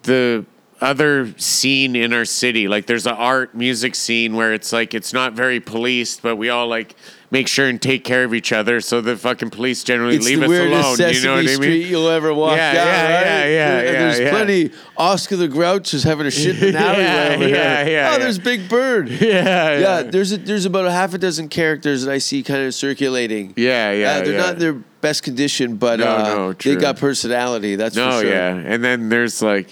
F: the other scene in our city. Like there's a art music scene where it's like it's not very policed, but we all like make sure and take care of each other. So the fucking police generally
E: it's
F: leave
E: the
F: us
E: weirdest
F: alone.
E: Sesame
F: You know what I
E: Street
F: mean?
E: you'll ever walk
F: Yeah,
E: down.
F: yeah,
E: right?
F: yeah, yeah,
E: And
F: yeah,
E: There's
F: yeah.
E: plenty. Oscar the Grouch is having a shit in an
F: Yeah,
E: alleyway over here.
F: yeah, yeah,
E: oh,
F: yeah.
E: there's Big Bird.
F: Yeah,
E: yeah. There's a, there's about a half a dozen characters that I see kind of circulating.
F: yeah, yeah.
E: Uh, they're
F: yeah.
E: not in their best condition, but
F: No,
E: uh,
F: no,
E: they
F: true.
E: got personality. That's
F: No,
E: for sure.
F: yeah. And then there's like,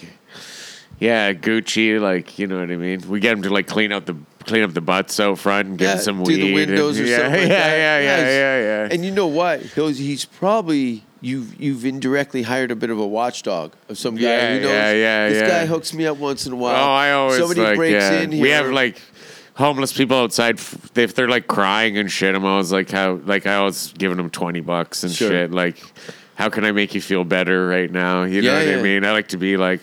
F: yeah, Gucci, like, you know what I mean? We get him to like clean up the clean up the butts out front and give
E: Yeah,
F: him some
E: do
F: weed.
E: the
F: and-
E: windows or
F: yeah,
E: something. like
F: yeah,
E: that.
F: Yeah, yeah,
E: Nice.
F: yeah, yeah,
E: And you know what? He'll, he's probably you've you've indirectly hired a bit of a watchdog of some guy.
F: Yeah,
E: who knows,
F: yeah, yeah,
E: This
F: yeah.
E: guy hooks me up once in a while.
F: oh, I always
E: somebody
F: like,
E: breaks
F: yeah.
E: in here.
F: We have like homeless people outside. f- If they're like crying and shit, I'm always like, how, like, I always giving them 20 bucks and
E: Sure.
F: shit. Like, how can I make you feel better right now? You know
E: Yeah,
F: what
E: yeah.
F: I mean? I like to be like,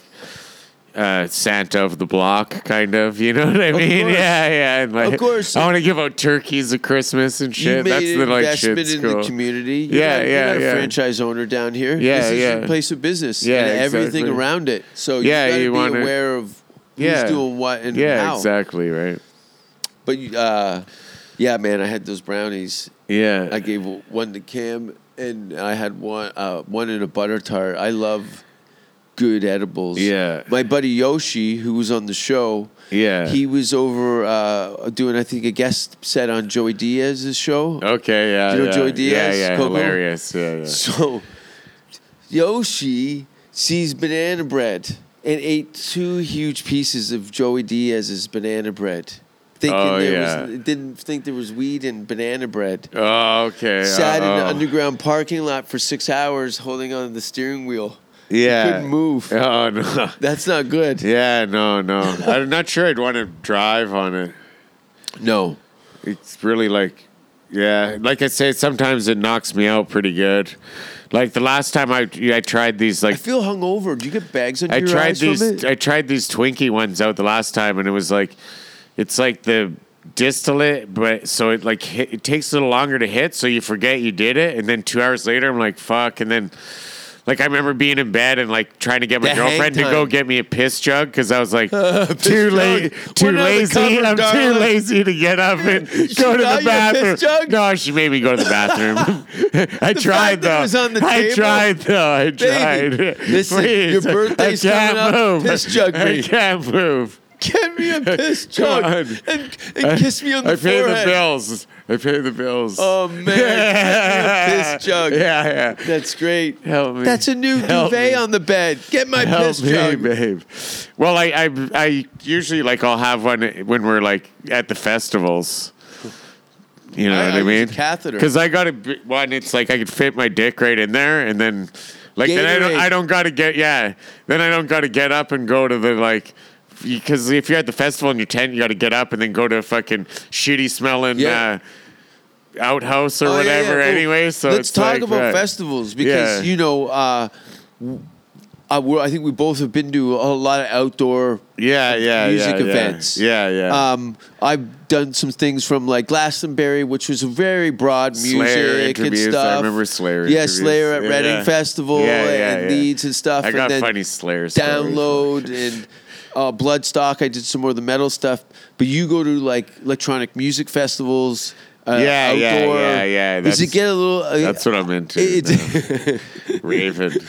F: uh, Santa of the block, kind of. You know what I mean?
E: course.
F: Yeah, yeah. and, like,
E: Of course.
F: I want to give out turkeys at Christmas and
E: you
F: shit.
E: made
F: That's
E: an
F: the like shit.
E: investment in the community. You're
F: Yeah,
E: not, you're
F: yeah,
E: not a
F: yeah.
E: franchise owner down here.
F: Yeah,
E: this is your
F: yeah.
E: place of business.
F: Yeah,
E: and everything
F: exactly.
E: around it. So
F: Yeah,
E: you got to
F: you
E: be
F: wanna-
E: aware of who's
F: Yeah.
E: doing what and
F: Yeah,
E: how.
F: exactly. Right.
E: But you- uh, yeah, man, I had those brownies.
F: Yeah.
E: I gave one to Cam, and I had one uh, one in a butter tart. I love good edibles.
F: Yeah.
E: My buddy Yoshi, who was on the show,
F: Yeah.
E: he was over uh, doing, I think, a guest set on Joey Diaz's
F: Oh.
E: show.
F: Okay, yeah.
E: Do you know
F: yeah,
E: Joey Diaz,
F: Yeah, yeah,
E: Coco?
F: hilarious. Yeah, yeah.
E: So Yoshi sees banana bread and ate two huge pieces of Joey Diaz's banana bread. Thinking
F: Oh,
E: there
F: yeah.
E: was didn't think there was weed in banana bread.
F: Oh, okay.
E: Sat in
F: oh,
E: the
F: oh.
E: underground parking lot for six hours holding on to the steering wheel.
F: Yeah.
E: couldn't move.
F: Oh no.
E: That's not good.
F: Yeah, no, no. I'm not sure I'd want to drive on it.
E: No.
F: It's really like, yeah, like I say, sometimes it knocks me out pretty good. Like the last time I I tried these
E: I
F: like
E: feel hungover. Do you get bags under
F: I
E: your
F: tried
E: eyes
F: these
E: from it?
F: I tried these Twinkie ones out the last time, and it was like, it's like the distillate, but so it like hit, it takes a little longer to hit, so you forget you did it, and then two hours later, I'm like, fuck, and then. Like I remember being in bed and like trying to get my
E: The hang
F: girlfriend to go
E: time.
F: get me a piss jug because I was like too
E: jug.
F: late,
E: We're
F: too
E: not the
F: lazy.
E: cover,
F: I'm
E: darling.
F: too lazy to get up and go to
E: got
F: the
E: you a piss jug?
F: bathroom. No, she made me go to the bathroom. I
E: fact
F: tried
E: that
F: though.
E: it was on the
F: I
E: table.
F: tried though. I tried.
E: Baby, listen,
F: Please.
E: your birthday's
F: I
E: coming
F: can't
E: up.
F: Move.
E: Piss jug
F: I
E: me.
F: can't move.
E: Get me a piss
F: Come
E: jug
F: on.
E: and, and kiss me on the
F: I pay
E: forehead.
F: the bills. I pay the bills.
E: Oh man, get me a piss jug.
F: Yeah, yeah.
E: That's great.
F: Help me.
E: That's a new
F: Help
E: duvet
F: me.
E: on the bed. Get my piss
F: Help me,
E: jug.
F: babe. Well, I, I, I usually like I'll have one when we're like at the festivals. You know
E: I-
F: what
E: I
F: I,
E: use a
F: mean?
E: catheter.
F: Because I got a b- one. It's like I could fit my dick right in there, and then like then I
E: Gatorade.
F: don't I don't got to get yeah. Then I don't got to get up and go to the like. Because if you're at the festival in your tent, you got to get up and then go to a fucking shitty smelling
E: Yeah.
F: uh, outhouse or
E: Oh, yeah, yeah.
F: whatever.
E: Oh,
F: Anyway, so
E: let's
F: it's
E: talk
F: like uh,
E: about
F: that.
E: festivals because
F: Yeah.
E: you know, uh, w- uh, we're- I think we both have been to a lot of outdoor
F: Yeah, yeah,
E: music
F: yeah, yeah.
E: events.
F: Yeah, yeah.
E: Um, I've done some things from like Glastonbury, which was very broad music
F: Slayer
E: and
F: interviews. I
E: stuff.
F: remember Slayer
E: Yeah,
F: interviews.
E: Slayer at
F: Yeah,
E: Reading
F: yeah.
E: Festival
F: Yeah, yeah,
E: and
F: yeah.
E: Leeds and stuff.
F: I got
E: and then
F: funny Slayer stories.
E: Download and uh, Bloodstock. I did some more of the metal stuff. But you go to like electronic music festivals. Uh,
F: Yeah, yeah,
E: outdoor.
F: yeah, yeah.
E: Does it
F: That's-
E: get a little? Uh,
F: That's what I'm into.
E: It-
F: now. Raven.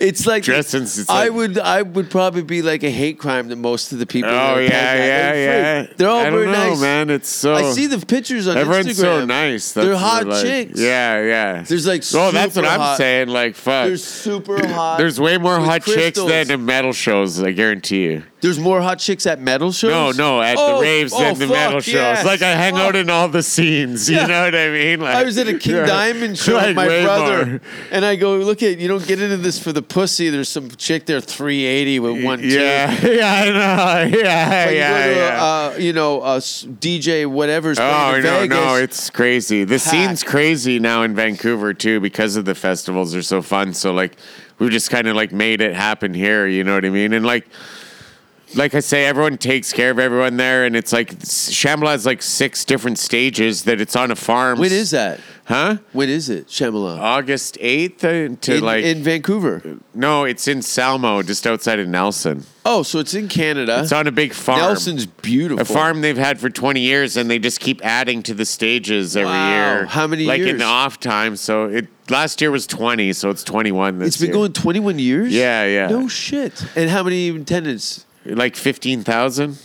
E: it's like
F: Dressing- it's
E: I
F: like-
E: would I would probably be like a hate crime to most of the people. that
F: Oh
E: are
F: yeah,
E: pegged at.
F: yeah,
E: They're
F: yeah.
E: free. They're all
F: I don't
E: very
F: know,
E: nice,
F: man. It's so.
E: I see the pictures on
F: Oh. Everyone's
E: Instagram.
F: so nice. That's
E: They're
F: what
E: hot
F: I like.
E: chicks.
F: Yeah, yeah.
E: There's, like,
F: Oh, that's what
E: super
F: I'm
E: hot-
F: saying. Like fuck.
E: They're
F: There's,
E: super hot.
F: way more
E: with
F: hot
E: crystals.
F: chicks than in metal shows. I guarantee you.
E: There's more hot chicks at metal shows.
F: No, no, at
E: Oh,
F: the raves
E: oh,
F: than the metal
E: fuck, yeah.
F: shows. Like I hang out in all the scenes. You
E: Yeah.
F: know what I mean? Like
E: I was at a King
F: yeah.
E: Diamond show
F: Like,
E: with my
F: way
E: brother,
F: more.
E: and I go, "Look at you! Don't get into this for the pussy." There's some chick there, 380 with one. tooth.
F: Yeah, yeah, I know. Yeah,
E: But you
F: yeah,
E: go to,
F: yeah.
E: uh, you know, uh, s- DJ whatever's playing
F: Oh
E: in
F: no,
E: Vegas.
F: no, it's crazy. The scene's
E: packed.
F: crazy now in Vancouver too because of the festivals are so fun. So like we've just kind of like made it happen here, you know what I mean? And like like I say, everyone takes care of everyone there, and it's like Shambhala has like six different stages that it's on a farm.
E: when is that?
F: Huh?
E: When is it, Shemala?
F: August eighth Oh, uh, to
E: in,
F: like
E: in Vancouver.
F: no, it's in Salmo, just outside of Nelson.
E: Oh, so it's in Canada.
F: It's on a big farm.
E: Nelson's Uh, beautiful.
F: A farm they've had for 20 years, and they just keep adding to the stages every
E: Wow.
F: year.
E: How many
F: like in
E: years?
F: the off time. So it last year was 20, so it's 21 this
E: It's been
F: year.
E: going 21 years.
F: Yeah, yeah.
E: No shit. And how many attendants?
F: like 15,000.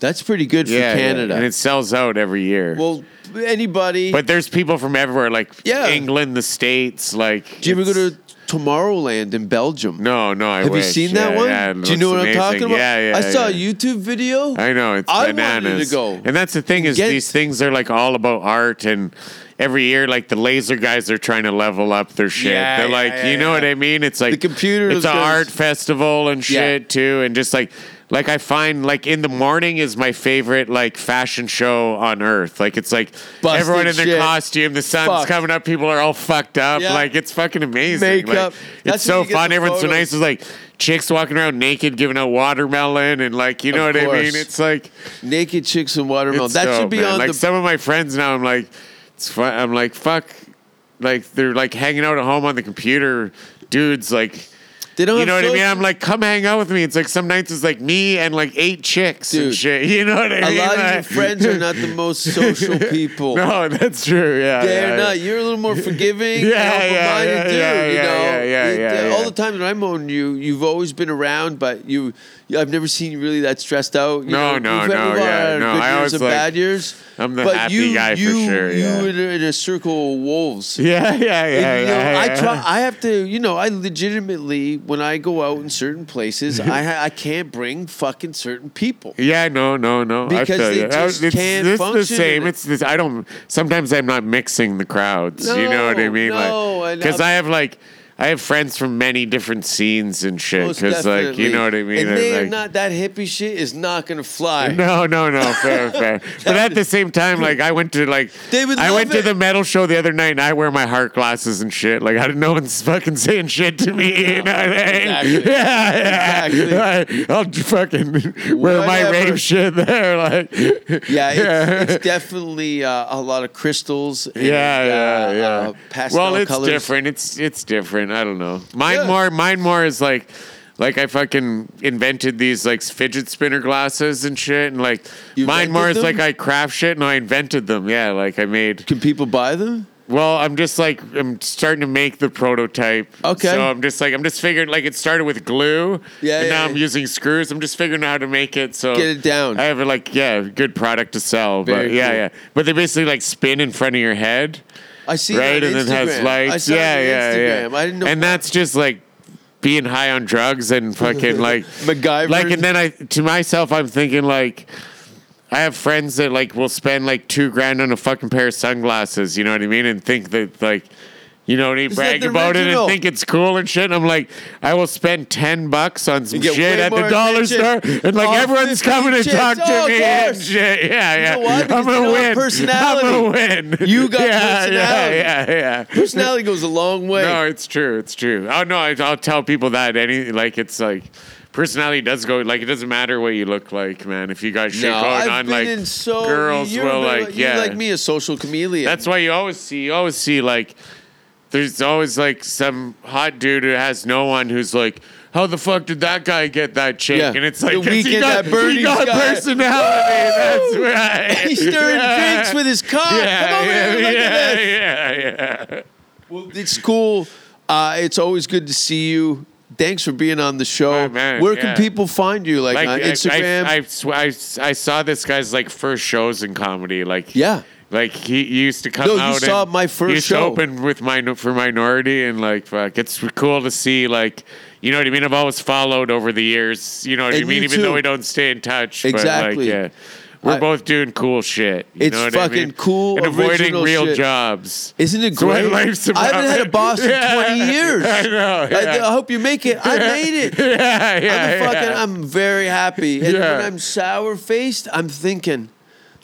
E: That's pretty good
F: Yeah, yeah.
E: for Canada.
F: And it sells out every year.
E: well, anybody.
F: but there's people from everywhere, like
E: Yeah.
F: England, the States, like.
E: do you ever
F: it's-
E: go to Tomorrowland in Belgium?
F: No, no, I
E: Have
F: wish.
E: you seen that
F: Yeah,
E: one?
F: yeah, it
E: do you
F: looks
E: know what
F: amazing.
E: I'm talking about?
F: Yeah, yeah.
E: I saw
F: yeah.
E: a YouTube video.
F: I know it's
E: I wanted
F: bananas.
E: to go.
F: And that's the thing is
E: Get-
F: these things are like all about art and every year like the laser guys are trying to level up their shit.
E: Yeah,
F: They're
E: yeah,
F: like,
E: yeah,
F: you know
E: yeah.
F: what I mean? It's like
E: The computer
F: It's an
E: goes-
F: art festival and
E: Yeah.
F: shit too, and just like. Like I find like in the morning is my favorite like fashion show on earth. Like it's like
E: Busted
F: everyone in their
E: shit.
F: costume, the sun's
E: Fuck.
F: coming up, people are all fucked up.
E: Yeah.
F: Like it's fucking amazing.
E: Makeup.
F: Like,
E: That's
F: it's so
E: when you get
F: fun.
E: the
F: Everyone's so
E: photos.
F: nice. It's like chicks walking around naked giving out watermelon and like you know
E: Of
F: what I
E: course.
F: mean? It's like
E: Naked chicks and watermelon.
F: it's
E: that should
F: dope,
E: be
F: man.
E: on
F: like
E: the.
F: some of my friends now. I'm like, it's fun. I'm like, fuck, like they're like hanging out at home on the computer, dudes like
E: They don't
F: you
E: have
F: know what I
E: filters.
F: mean? I'm like, come hang out with me. It's like some nights it's like me and like eight chicks and
E: Dude,
F: shit. You know what I
E: A
F: mean?
E: lot of your
F: Like-
E: friends are not the most social people.
F: No, that's true. Yeah,
E: They're
F: yeah,
E: not. You're a little more forgiving.
F: Yeah,
E: helpful
F: yeah,
E: minded
F: yeah,
E: dude,
F: yeah,
E: you
F: yeah,
E: know?
F: yeah, yeah,
E: It-
F: yeah,
E: All
F: yeah.
E: the times when I've known you, you've always been around, but you, you- I've never seen you really that stressed out. You know,
F: No, no,
E: we've had-
F: no,
E: we've all
F: yeah,
E: had our
F: no,
E: Good
F: I
E: years
F: always
E: and
F: like-
E: bad years.
F: I'm the
E: but
F: happy
E: you,
F: guy for
E: you-
F: sure,
E: You
F: yeah.
E: were in a circle of wolves.
F: Yeah, yeah, yeah.
E: And, you know,
F: yeah, yeah,
E: I try. I have to. You know, I legitimately when I go out in certain places, I ha- I can't bring fucking certain people.
F: Yeah, no, no, no. I
E: Because
F: feel
E: they
F: you.
E: just
F: it's,
E: can't
F: it's the
E: function
F: same.
E: in it.
F: It's this. I don't. Sometimes I'm not mixing the crowds. you know what I
E: No,
F: mean?
E: no,
F: Like,
E: and
F: because
E: I'm-
F: I have like, I have friends from many different scenes and shit.
E: Most
F: Because like, you
E: definitely.
F: know what I mean?
E: And
F: I'm
E: they are
F: like-
E: not that hippie shit is not gonna fly.
F: No, no, no, fair, fair. But at the same time, like I went to like
E: They would
F: I
E: love
F: went to
E: it.
F: the metal show the other night, and I wear my heart glasses and shit. Like I no one's fucking saying shit to me. You know what I mean?
E: Exactly.
F: Yeah, yeah. I, will fucking wear my
E: Whatever.
F: rave shit there. Like
E: Yeah, it's,
F: Yeah.
E: it's definitely uh, a lot of crystals. And,
F: Yeah, yeah,
E: uh,
F: yeah.
E: Uh, pastel
F: well, it's
E: colors.
F: different. It's it's different. I don't know. Mine
E: Yeah.
F: more. Mine more is like, like I fucking invented these like fidget spinner glasses and shit, and like
E: You
F: mine
E: invented
F: more is like
E: them?
F: I craft shit and I invented them. Yeah, like I made.
E: Can people buy them?
F: Well, I'm just like I'm starting to make the prototype.
E: Okay.
F: So I'm just like I'm just figuring like it started with glue.
E: Yeah,
F: And
E: yeah,
F: now
E: yeah.
F: I'm using screws. I'm just figuring out how to make it. So
E: Get it down.
F: I have like yeah, good product to sell. but
E: Very
F: yeah,
E: cool.
F: yeah. But they basically like spin in front of your head
E: I see. it
F: right,
E: on
F: and it
E: Instagram.
F: has
E: I
F: lights.
E: saw it
F: Yeah,
E: on
F: yeah,
E: Instagram.
F: yeah.
E: I didn't know.
F: And that's just like being high on drugs and fucking like
E: MacGyver.
F: Like, and then I to myself, I'm thinking like. I have friends that like will spend like two grand on a fucking pair of sunglasses, you know what I mean, and think that like, you know, they
E: that
F: brag
E: the
F: about it and
E: original?
F: think it's cool and shit. And I'm like, I will spend ten bucks on some
E: You get
F: shit
E: way
F: at the
E: more
F: dollar store,
E: attention.
F: and like
E: Oh,
F: everyone's
E: 15
F: coming to
E: chicks.
F: talk to
E: Oh, of
F: me and
E: course.
F: shit. Yeah, yeah.
E: know why?
F: I'm
E: Because they
F: gonna
E: don't have
F: win.
E: personality.
F: I'm gonna win.
E: You got
F: yeah,
E: personality.
F: Yeah, yeah, yeah.
E: Personality goes a long way.
F: No, it's true. It's true. Oh no, I, I'll tell people that any like it's like personality does go like it doesn't matter what you look like, man. If you got shit going
E: I've
F: on,
E: been
F: like
E: in so
F: girls
E: you're
F: will
E: a bit
F: like yeah.
E: you're like me, a social chameleon.
F: That's why you always see you always see like there's always like some hot dude who has no one who's like. How the fuck did that guy get that chick?
E: Yeah.
F: And it's like
E: The
F: 'cause he
E: Weeknd
F: got,
E: at Bernie's
F: he got
E: guy.
F: personality. That's right.
E: He's stirring
F: Yeah.
E: drinks with his cock.
F: Yeah,
E: Come over
F: yeah,
E: here, look at
F: yeah,
E: this.
F: yeah, yeah.
E: Well, it's cool. Uh, it's always good to see you. Thanks for being on the show.
F: Oh, man,
E: Where
F: yeah.
E: can people find you? Like,
F: like
E: on
F: I-
E: Instagram?
F: I, I, sw- I, s- I saw this guy's like first shows in comedy. Like
E: Yeah.
F: like he used to come
E: No, you
F: out.
E: saw
F: and
E: my
F: he
E: first
F: used to
E: show.
F: open with my for minority and like fuck, it's cool to see like. You know what I mean? I've always followed over the years. You know what I
E: And
F: mean?
E: you
F: Even though
E: too.
F: we don't stay in touch,
E: Exactly.
F: But like, yeah, we're
E: I-
F: both doing cool shit. You
E: It's
F: know what I
E: fucking
F: mean?
E: cool,
F: and avoiding
E: original
F: real
E: shit.
F: jobs.
E: Isn't it
F: It's what
E: great?
F: life's
E: I haven't
F: about.
E: had a boss in
F: Yeah.
E: 20 years.
F: I know.
E: I,
F: yeah.
E: I hope you make it. I made it.
F: yeah, yeah,
E: I'm a fucking.
F: yeah.
E: I'm very happy. And
F: Yeah.
E: when I'm sour faced, I'm thinking.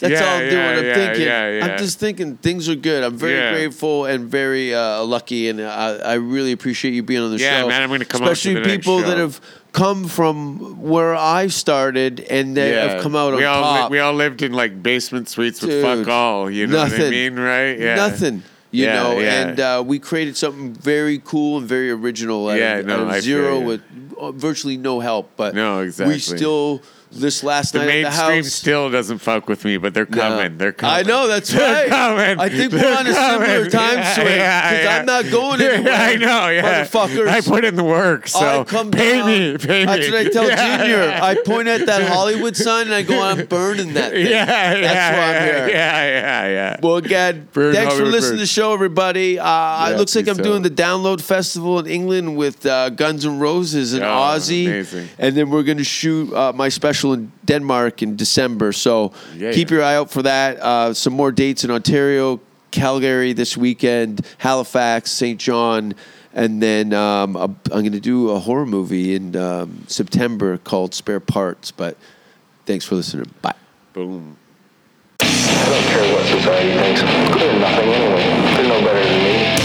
E: That's
F: Yeah,
E: all I'm
F: yeah,
E: doing. I'm
F: yeah,
E: thinking.
F: yeah, yeah.
E: I'm just thinking things are good. I'm very
F: Yeah.
E: grateful and very uh, lucky, and I, I really appreciate you being on the
F: Yeah,
E: show.
F: man, I'm gonna come out to
E: Especially
F: the next
E: people that
F: show.
E: have come from where I started and that have come out on
F: we all li-
E: top.
F: we all lived in like basement suites with
E: Dude,
F: fuck all. You know what I
E: nothing.
F: mean, right?
E: Nothing. You
F: Yeah,
E: know,
F: yeah.
E: and uh, we created something very cool and very original out
F: Yeah,
E: of,
F: no,
E: out of
F: I feel
E: zero
F: you.
E: with uh, virtually no help. But
F: No, exactly.
E: We still this last
F: The
E: night at the
F: mainstream
E: house.
F: still doesn't fuck with me, but they're
E: No.
F: coming. They're coming.
E: I know that's right.
F: They're coming.
E: I think
F: They're
E: we're on a similar
F: coming.
E: time
F: Yeah,
E: swing because
F: yeah, yeah.
E: I'm not going
F: Yeah,
E: anywhere.
F: I know, yeah.
E: motherfuckers.
F: I put in the work, so
E: I come
F: pay
E: down.
F: me, pay me.
E: That's what I tell
F: Yeah,
E: Junior.
F: yeah.
E: I point at that Hollywood sign and I go, I'm burning that. Thing.
F: Yeah,
E: that's
F: yeah,
E: why I'm
F: yeah,
E: here.
F: Yeah, yeah, yeah.
E: Well, again,
F: Burn
E: thanks for
F: Hollywood
E: listening to
F: Burn.
E: the show, everybody. Uh, it looks like I'm
F: peace
E: doing
F: out.
E: the Download Festival in England with uh, Guns N' Roses and
F: Oh,
E: Ozzy.
F: amazing.
E: And then we're going to shoot uh, my special in Denmark in December. So
F: Yeah,
E: keep
F: yeah.
E: your eye out for that. Uh, some more dates in Ontario, Calgary this weekend, Halifax, St. John. And then um, I'm going to do a horror movie in um, September called Spare Parts. But thanks for listening. Bye.
F: Boom.
A: I don't care what society thinks. They're nothing anyway. They're no better than me.